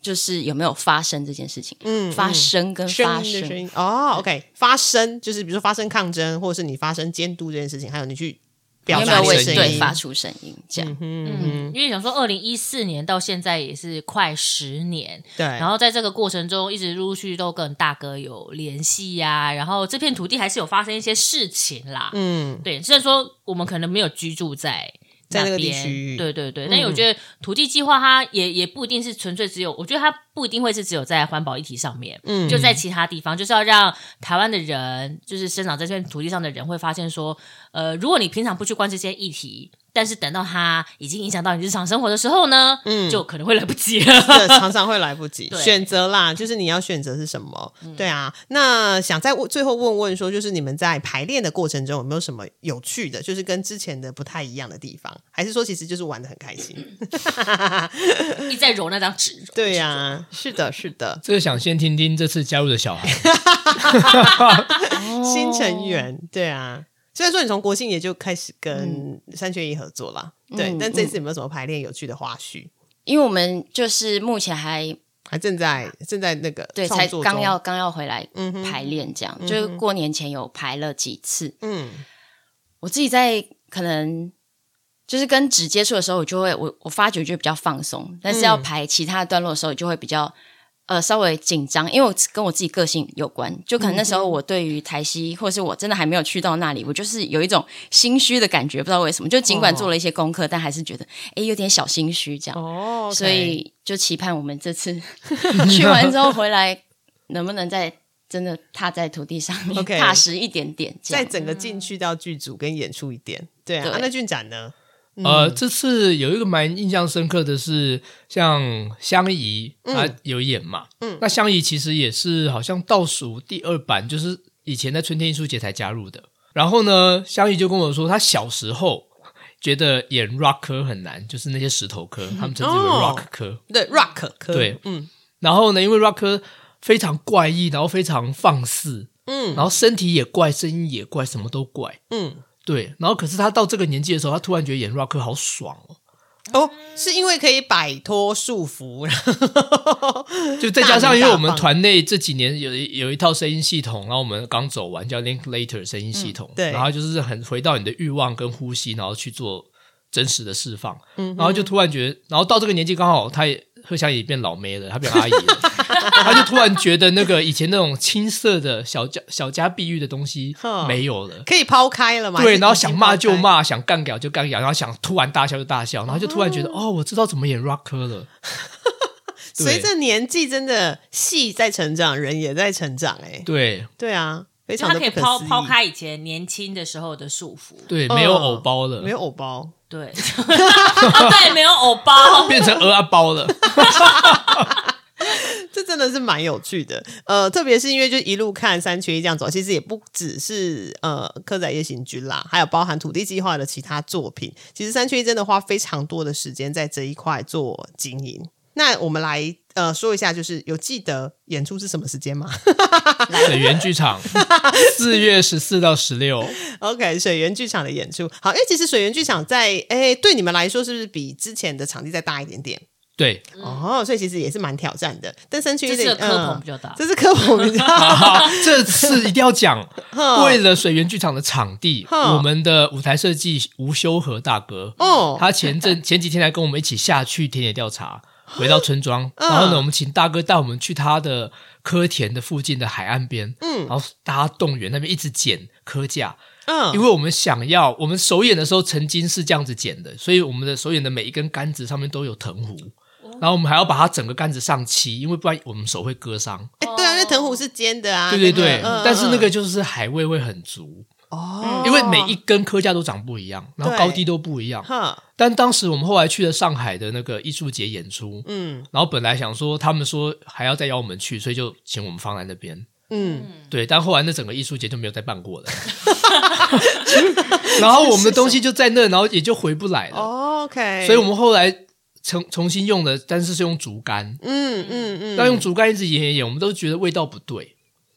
Speaker 4: 就是有没有发生这件事情，嗯，发生跟发
Speaker 2: 声音的声
Speaker 4: 生，
Speaker 2: 音哦，OK，发声就是比如说发生抗争，或者是你发生监督这件事情，还有你去
Speaker 4: 你
Speaker 2: 表
Speaker 4: 有没
Speaker 2: 达
Speaker 4: 有
Speaker 2: 你的
Speaker 4: 为
Speaker 2: 声
Speaker 4: 对
Speaker 2: 音，
Speaker 4: 发出声音这样？
Speaker 1: 嗯，因为想说，二零一四年到现在也是快十年，
Speaker 2: 对，
Speaker 3: 哎
Speaker 1: 然后在这个过程中，一直陆陆续续都跟大哥有联系呀、然后这片土地还是有发生一些事情啦。
Speaker 2: 嗯，
Speaker 1: 对，虽然说我们可能没有居住在。
Speaker 2: 在那个地
Speaker 1: 边
Speaker 2: 区嗯
Speaker 1: 对对对，但我觉得土地计划它也也不一定是纯粹只有，我觉得它不一定会是只有在环保议题上面，嗯，就在其他地方，就是要让台湾的人，就是生长在这片土地上的人会发现说，呃，如果你平常不去关这些议题，但是等到它已经影响到你日常生活的时候呢，嗯，就可能会来不及了。
Speaker 2: 这常常会来不 及
Speaker 1: 对
Speaker 2: 选择啦，就是你要选择是什么，
Speaker 4: 嗯
Speaker 2: 对啊。那想再问最后问问说，就是你们在排练的过程中有没有什么有趣的，就是跟之前的不太一样的地方，还是说其实就是玩的很开心？
Speaker 1: 一直在揉那张纸，
Speaker 2: 对呀、是的，是的，
Speaker 3: 这个想先听听这次加入的小孩，
Speaker 4: 哦
Speaker 2: 新成员，对啊。虽然说你从国庆也就开始跟三缺一合作啦，对，
Speaker 4: 嗯
Speaker 2: 但这次有没有什么排练有趣的花絮？
Speaker 4: 因为我们就是目前还
Speaker 2: 还正在正在那个
Speaker 4: 对，
Speaker 2: 创
Speaker 4: 才
Speaker 2: 作
Speaker 4: 刚
Speaker 2: 中
Speaker 4: 要刚要回来
Speaker 2: 嗯哼
Speaker 4: 排练，这样、就是过年前有排了几次。
Speaker 2: 嗯
Speaker 4: 我自己在可能就是跟纸接触的时候，我就会我我发觉就比较放松，但是
Speaker 2: 嗯
Speaker 4: 要排其他段落的时候，就会比较呃稍微紧张，因为我跟我自己个性有关。就可能那
Speaker 2: 嗯
Speaker 4: 时候我对于台西，或是我真的还没有去到那里，我就是有一种心虚的感觉，不知道为什么。就尽管做了一些功课，但还是觉得诶有点小心虚这样。
Speaker 2: 哦哦，OK
Speaker 4: 所以就期盼我们这次 去完之后回来，能不能再真的踏在土地上面
Speaker 2: OK
Speaker 4: 踏实一点点，这
Speaker 2: 在
Speaker 4: 样
Speaker 2: 整个进去到剧组跟演出一点，对啊。
Speaker 4: 对
Speaker 2: 啊那俊展呢？嗯
Speaker 3: 呃，这次有一个蛮印象深刻的是，像香姨她有演嘛，嗯，那香姨其实也是好像倒数第二版，就是以前在春天艺术节才加入的。然后呢，香姨就跟我说，她小时候觉得演 rock 科很难，就是那些石头科，他们称之为
Speaker 2: 哦
Speaker 3: rock 科。
Speaker 2: 对，Rock 科，
Speaker 3: 对
Speaker 2: 嗯
Speaker 3: 然后呢，因为 rock 科非常怪异，然后非常放肆，
Speaker 2: 嗯
Speaker 3: 然后身体也怪，声音也怪，什么都怪。
Speaker 2: 嗯，
Speaker 3: 对，然后可是他到这个年纪的时候，他突然觉得演 rock 科好爽哦，
Speaker 2: 哦，是因为可以摆脱束缚， 然后
Speaker 3: 就再加
Speaker 2: 大
Speaker 3: 上，
Speaker 2: 名
Speaker 3: 因为我
Speaker 2: 大
Speaker 3: 们
Speaker 2: 放
Speaker 3: 团内这几年有一有一套声音系统，然后我们刚走完叫 Linklater 声音系统，
Speaker 2: 嗯对
Speaker 3: 然后就是很回到你的欲望跟呼吸，然后去做真实的释放，
Speaker 2: 嗯
Speaker 3: 然后就突然觉得，然后到这个年纪刚好他也贺香也变老妹了，她变阿姨了， 他就突然觉得那个以前那种青涩的小家小家碧玉的东西
Speaker 2: 哼
Speaker 3: 没有了。
Speaker 2: 可以抛开了嘛？
Speaker 3: 对，
Speaker 2: 是
Speaker 3: 然后想骂就
Speaker 2: 已经抛
Speaker 3: 骂，想干掉就干掉，然后想突然大笑就大笑，然后就突然觉得，哦，我知道怎么演 rock 了。
Speaker 2: 开。
Speaker 3: 对
Speaker 2: 随着年纪，真的戏在成长，人也在成长，哎，
Speaker 3: 对
Speaker 2: 对啊，非
Speaker 1: 就
Speaker 2: 常
Speaker 1: 他
Speaker 2: 的
Speaker 1: 可以
Speaker 2: 不可
Speaker 1: 抛
Speaker 2: 思议
Speaker 1: 抛，开以前年轻的时候的束缚，
Speaker 3: 对，没有
Speaker 2: 嗯
Speaker 3: 偶包了，
Speaker 2: 没有偶包，
Speaker 1: 对， 对，没有偶 包，
Speaker 3: 变成鹅啊包了。
Speaker 2: 这真的是蛮有趣的。呃，特别是因为就一路看三缺一这样走，其实也不只是呃《科仔夜行军》啦，还有包含土地计划的其他作品。其实三缺一真的花非常多的时间在这一块做经营。那我们来呃说一下，就是有记得演出是什么时间吗？
Speaker 3: 水源剧场，四月十四到 十六，
Speaker 2: OK，水源剧场的演出，好，因为其实水源剧场在诶，对你们来说是不是比之前的场地再大一点点？
Speaker 3: 对，
Speaker 2: 哦，所以其实也是蛮挑战的。但三
Speaker 1: 嗯
Speaker 2: 区
Speaker 1: 这
Speaker 2: 的
Speaker 1: 次的科
Speaker 2: 嗯
Speaker 1: 普比较大
Speaker 2: 这是科普比较大。
Speaker 3: 好，啊这次一定要讲，为了水源剧场的场地，
Speaker 2: 哼
Speaker 3: 我们的舞台设计吴修和大哥，
Speaker 2: 哦
Speaker 3: 他 前阵前几天来跟我们一起下去田野调查。
Speaker 2: 哦
Speaker 3: 回到村庄，
Speaker 2: 嗯
Speaker 3: 然后呢，我们请大哥带我们去他的科田的附近的海岸边，嗯，然后搭动员那边一直捡科架， 因
Speaker 2: 嗯，
Speaker 3: 为我们想要，我们首演的时候曾经是这样子剪的，所以我们的首演的每一根杆子上面都有藤壶，
Speaker 2: 哦
Speaker 3: 然后我们还要把它整个杆子上漆，因为不然我们手会割伤。
Speaker 2: 哎，对啊，因为藤壶是尖的啊。
Speaker 3: 对对
Speaker 2: 那个
Speaker 3: 对，
Speaker 2: 嗯
Speaker 3: 但是那个
Speaker 2: 嗯
Speaker 3: 就是海味会很足，
Speaker 2: 哦，
Speaker 3: 因为每一根科架都长不一样，然后
Speaker 2: 对
Speaker 3: 高低都不一样。
Speaker 2: 哈，
Speaker 3: 但当时我们后来去了上海的那个艺术节演出，
Speaker 2: 嗯
Speaker 3: 然后本来想说他们说还要再邀我们去，所以就请我们放在那边。
Speaker 2: 嗯，
Speaker 3: 对，但后来那整个艺术节就没有再办过了。 然后我们的东西就在那，然后也就回不来了。
Speaker 2: 哦 OK，
Speaker 3: 所以我们后来重重新用的，但是是用竹竿。
Speaker 2: 嗯嗯嗯，
Speaker 3: 那用竹竿一直演演演，我们都觉得味道不对。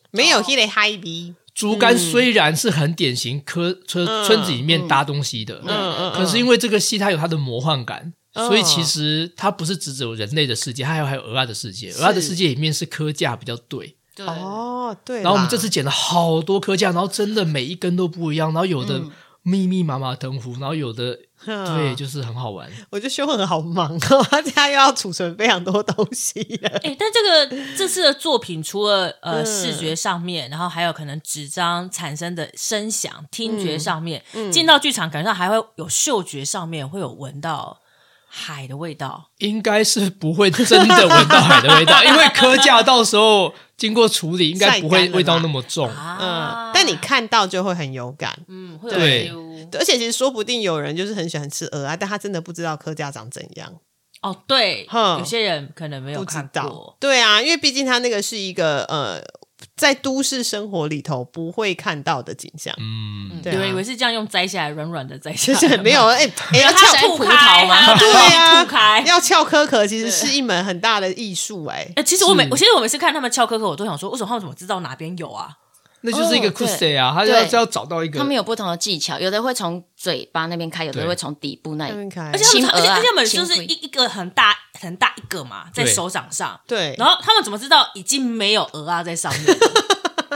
Speaker 2: 没有 h i l y high B，
Speaker 3: 竹竿虽然是很典型科村村子里面搭东西的，
Speaker 2: 嗯
Speaker 3: 可是因为这个戏它有它的魔幻感，所以其实它不是只只有人类的世界，它还有还有鹅啊的世界。鹅啊的世界里面是科架比较对，
Speaker 1: 对，
Speaker 2: 哦，对啦。
Speaker 3: 然后我们这次捡了好多科架，然后真的每一根都不一样，然后有的密密麻麻藤壶，然后有的
Speaker 2: 嗯
Speaker 3: 对，就是很好玩。
Speaker 2: 我觉得修恒好忙哦，他家又要储存非常多东西了。
Speaker 1: 哎、但这个这次的作品，除了
Speaker 2: 嗯
Speaker 1: 呃、视觉上面，然后还有可能纸张产生的声响、听觉上面，
Speaker 2: 嗯
Speaker 1: 进到剧场感觉上还会有嗅觉上面会有闻到海的味道。
Speaker 3: 应该是不会真的闻到海的味道，因为科架到时候经过处理，应该不
Speaker 2: 晒干
Speaker 3: 会
Speaker 2: 了啦
Speaker 3: 味道那么重。
Speaker 1: 啊
Speaker 2: 嗯，但你看到就会很有感。
Speaker 1: 嗯会
Speaker 3: 对
Speaker 1: 有 feel
Speaker 2: 而且其实说不定有人就是很喜欢吃鹅啊，但他真的不知道客家长怎样，
Speaker 1: 哦，对，
Speaker 2: 哼
Speaker 1: 有些人可能没有
Speaker 2: 不知
Speaker 1: 看
Speaker 2: 道
Speaker 1: 过。。
Speaker 2: 对啊，因为毕竟他那个是一个呃，在都市生活里头不会看到的景象，
Speaker 3: 嗯，
Speaker 2: 对
Speaker 1: 有
Speaker 2: 啊
Speaker 1: 人以为是这样用摘下来软软的 摘下
Speaker 2: 就
Speaker 1: 来，
Speaker 2: 是没有哎哎要
Speaker 1: 它
Speaker 2: 撬
Speaker 1: 吐
Speaker 4: 葡
Speaker 1: 开，
Speaker 4: 萄吗
Speaker 1: 还要拿
Speaker 2: 对
Speaker 1: 东
Speaker 2: 啊，
Speaker 1: 西吐开。
Speaker 2: 要撬壳壳，其实是一门很大的艺术哎。
Speaker 1: 哎，其实我每我其实我每次看他们翘课课，我都想说，为什么他们怎么知道哪边有啊？
Speaker 3: 那就是一个
Speaker 4: 哦
Speaker 3: c u
Speaker 4: 对
Speaker 3: s e 啊，他
Speaker 4: 对
Speaker 3: 要是要找到一个
Speaker 4: 他们有不同的技巧，有的会从嘴巴那边开，有的
Speaker 3: 对
Speaker 4: 会从底部那
Speaker 2: 那边
Speaker 4: 里。
Speaker 2: 开，
Speaker 1: 而且他们
Speaker 4: 青
Speaker 1: 而且
Speaker 4: 鹅啊
Speaker 1: 而且他们就
Speaker 4: 青
Speaker 1: 是
Speaker 4: 葵
Speaker 1: 一一个很大很大一个嘛，在
Speaker 3: 对
Speaker 1: 手掌上，
Speaker 2: 对，
Speaker 1: 然后他们怎么知道已经没有鹅啊在上面了？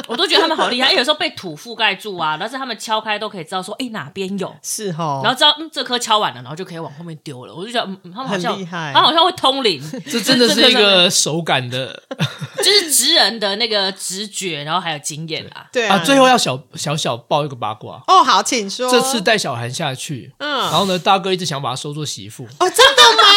Speaker 1: 我都觉得他们好厉害，因为有时候被土覆盖住啊，但是他们敲开都可以知道说，哎、哪边有，
Speaker 2: 是哈，
Speaker 1: 然后知道嗯这颗敲完了，然后就可以往后面丢了。我就觉得嗯，嗯他们好像
Speaker 2: 很厉害
Speaker 1: 他们好像会通灵，
Speaker 3: 这真的 是一个手感的
Speaker 1: 就是职人的那个直觉，然后还有经验啦。
Speaker 2: 对
Speaker 3: 啊！最后要小小小爆一个八卦，
Speaker 2: 哦好，请说
Speaker 3: 这次带小韩下去，
Speaker 2: 嗯
Speaker 3: 然后呢，大哥一直想把他收做媳妇，
Speaker 2: 哦真的吗？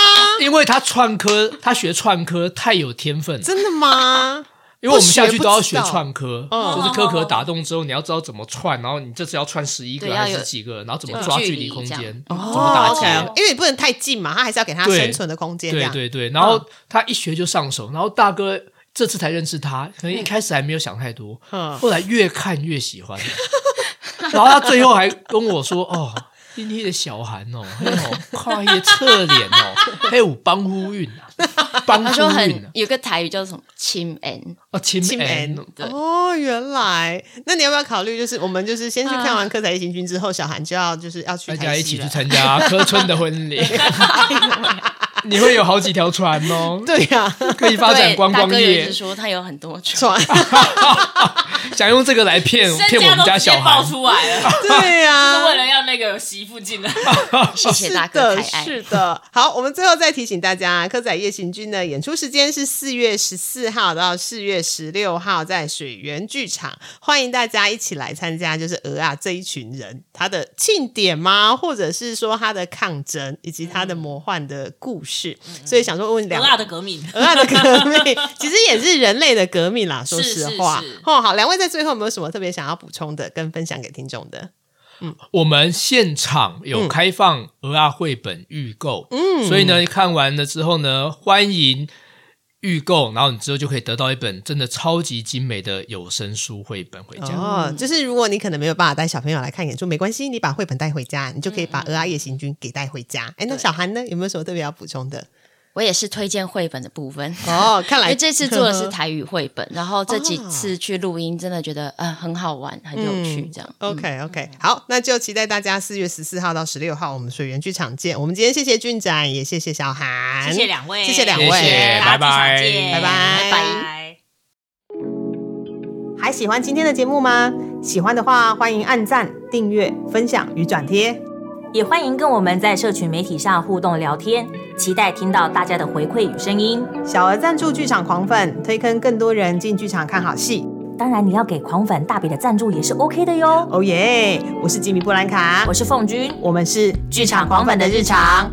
Speaker 3: 因为他串科，他学串科太有天分了，
Speaker 2: 真的吗？
Speaker 3: 因为我们下去
Speaker 2: 不学不
Speaker 3: 都要学
Speaker 2: 知道
Speaker 3: 串科，
Speaker 2: 嗯
Speaker 3: 就是科壳打洞之后，你要知道怎么串，然后你这次要串十一个
Speaker 4: 对
Speaker 3: 还
Speaker 4: 要
Speaker 3: 是
Speaker 4: 有
Speaker 3: 几个，然后怎么抓
Speaker 4: 有距
Speaker 3: 距
Speaker 4: 离
Speaker 3: 离空
Speaker 4: 这样
Speaker 3: 间，怎么
Speaker 2: 哦
Speaker 3: 打
Speaker 2: ，OK，因
Speaker 3: 结。
Speaker 2: 为你不能太近嘛，他还是要给他
Speaker 3: 对
Speaker 2: 生存的空间，这
Speaker 3: 对
Speaker 2: 样
Speaker 3: 对对，然后他一学就上手，然后大哥这次才认识他，可能一开始还没有想太多，
Speaker 2: 嗯
Speaker 3: 后来越看越喜欢， 然后他最后还跟我说：“哦，今天的小韩哦，嘿哦，跨越侧脸哦，还有帮呼韵啊，帮
Speaker 4: 他说
Speaker 3: 呼韵
Speaker 4: 很
Speaker 3: 啊，
Speaker 4: 有个台语叫什么“亲恩
Speaker 3: 哦，亲
Speaker 2: 亲
Speaker 3: 恩
Speaker 2: 恩
Speaker 4: 对
Speaker 2: 哦，原来那你要不要考虑，就是我们就是先去看完《科仔一行军》之后，小韩就要就是要去
Speaker 3: 大家
Speaker 2: 台
Speaker 3: 一
Speaker 2: 西
Speaker 3: 起去
Speaker 2: 了
Speaker 3: 参加柯春的婚礼，你会有好几条船哦，
Speaker 2: 对 呀，
Speaker 3: 可以”，发展
Speaker 4: 对，
Speaker 3: 观
Speaker 4: 大
Speaker 3: 光
Speaker 4: 哥有一
Speaker 3: 业
Speaker 4: 直。说他有很多 种。
Speaker 2: 船
Speaker 3: 想用这个来骗骗
Speaker 1: 身
Speaker 3: 我
Speaker 1: 家
Speaker 3: 们
Speaker 1: 都
Speaker 3: 家
Speaker 1: 直接
Speaker 3: 小
Speaker 1: 爆
Speaker 3: 韩，
Speaker 1: 出来了，
Speaker 2: 对
Speaker 1: 就是为
Speaker 2: 呀。
Speaker 1: 了要那个有媳妇进来。
Speaker 4: 谢
Speaker 2: 是
Speaker 4: 谢大哥
Speaker 2: 的，
Speaker 4: 抬爱。
Speaker 2: 是的。好，我们最后再提醒大家，《科仔夜行军》的演出时间是四月十四号到四月十六号，在水源剧场，欢迎大家一起来参加。就是鹅啊这一群人，他的庆典吗？或者是说他的抗争，以及他的魔幻的故事。所以想说问两
Speaker 1: 鹅
Speaker 2: 位
Speaker 1: 啊的革命，
Speaker 2: 俄亥的革命其实也是人类的革命啦，说实话。
Speaker 1: 是是是
Speaker 2: 哦，好，两位在最后有没有什么特别想要补充的，跟分享给听众的？
Speaker 3: 我们现场有开放鹅啊绘本预购，嗯，所以呢，看完了之后呢，欢迎预购，然后你之后就可以得到一本真的超级精美的有声书绘本回家。
Speaker 2: 哦，就是如果你可能没有办法带小朋友来看演出，没关系，你把绘本带回家，你就可以把《鹅啊夜行军》给带回家。哎，那小韩呢，有没有什么特别要补充的？
Speaker 4: 我也是推荐绘本的部 分。
Speaker 2: 哦，看
Speaker 4: 因
Speaker 2: 来
Speaker 4: 为这次做的是台语绘本，然后这几
Speaker 2: 啊
Speaker 4: 次去录音，真的觉得呃很好玩，很有趣，这样。
Speaker 2: 嗯 OK OK，好，那就期待大家四月十四号到十六号我们水源剧场见。我们今天谢谢俊展，也谢谢小韩，
Speaker 1: 谢谢两位，
Speaker 2: 谢谢两位，
Speaker 3: 谢谢
Speaker 1: 大家
Speaker 3: 拜
Speaker 1: 剧场
Speaker 3: 拜
Speaker 1: 见
Speaker 2: 拜拜
Speaker 1: 拜。
Speaker 2: 还喜欢今天的节目吗？喜欢的话，欢迎按赞、订阅、分享与转贴。
Speaker 5: 也欢迎跟我们在社群媒体上互动聊天，期待听到大家的回馈与声音。
Speaker 2: 小额赞助剧场狂粉，推坑更多人进剧场看好戏。
Speaker 5: 当然，你要给狂粉大笔的赞助也是 OK 的哟。
Speaker 2: Oh 哦耶！我是吉米布兰卡
Speaker 5: 我，是凤君，
Speaker 2: 我们是
Speaker 5: 剧场狂粉的日常。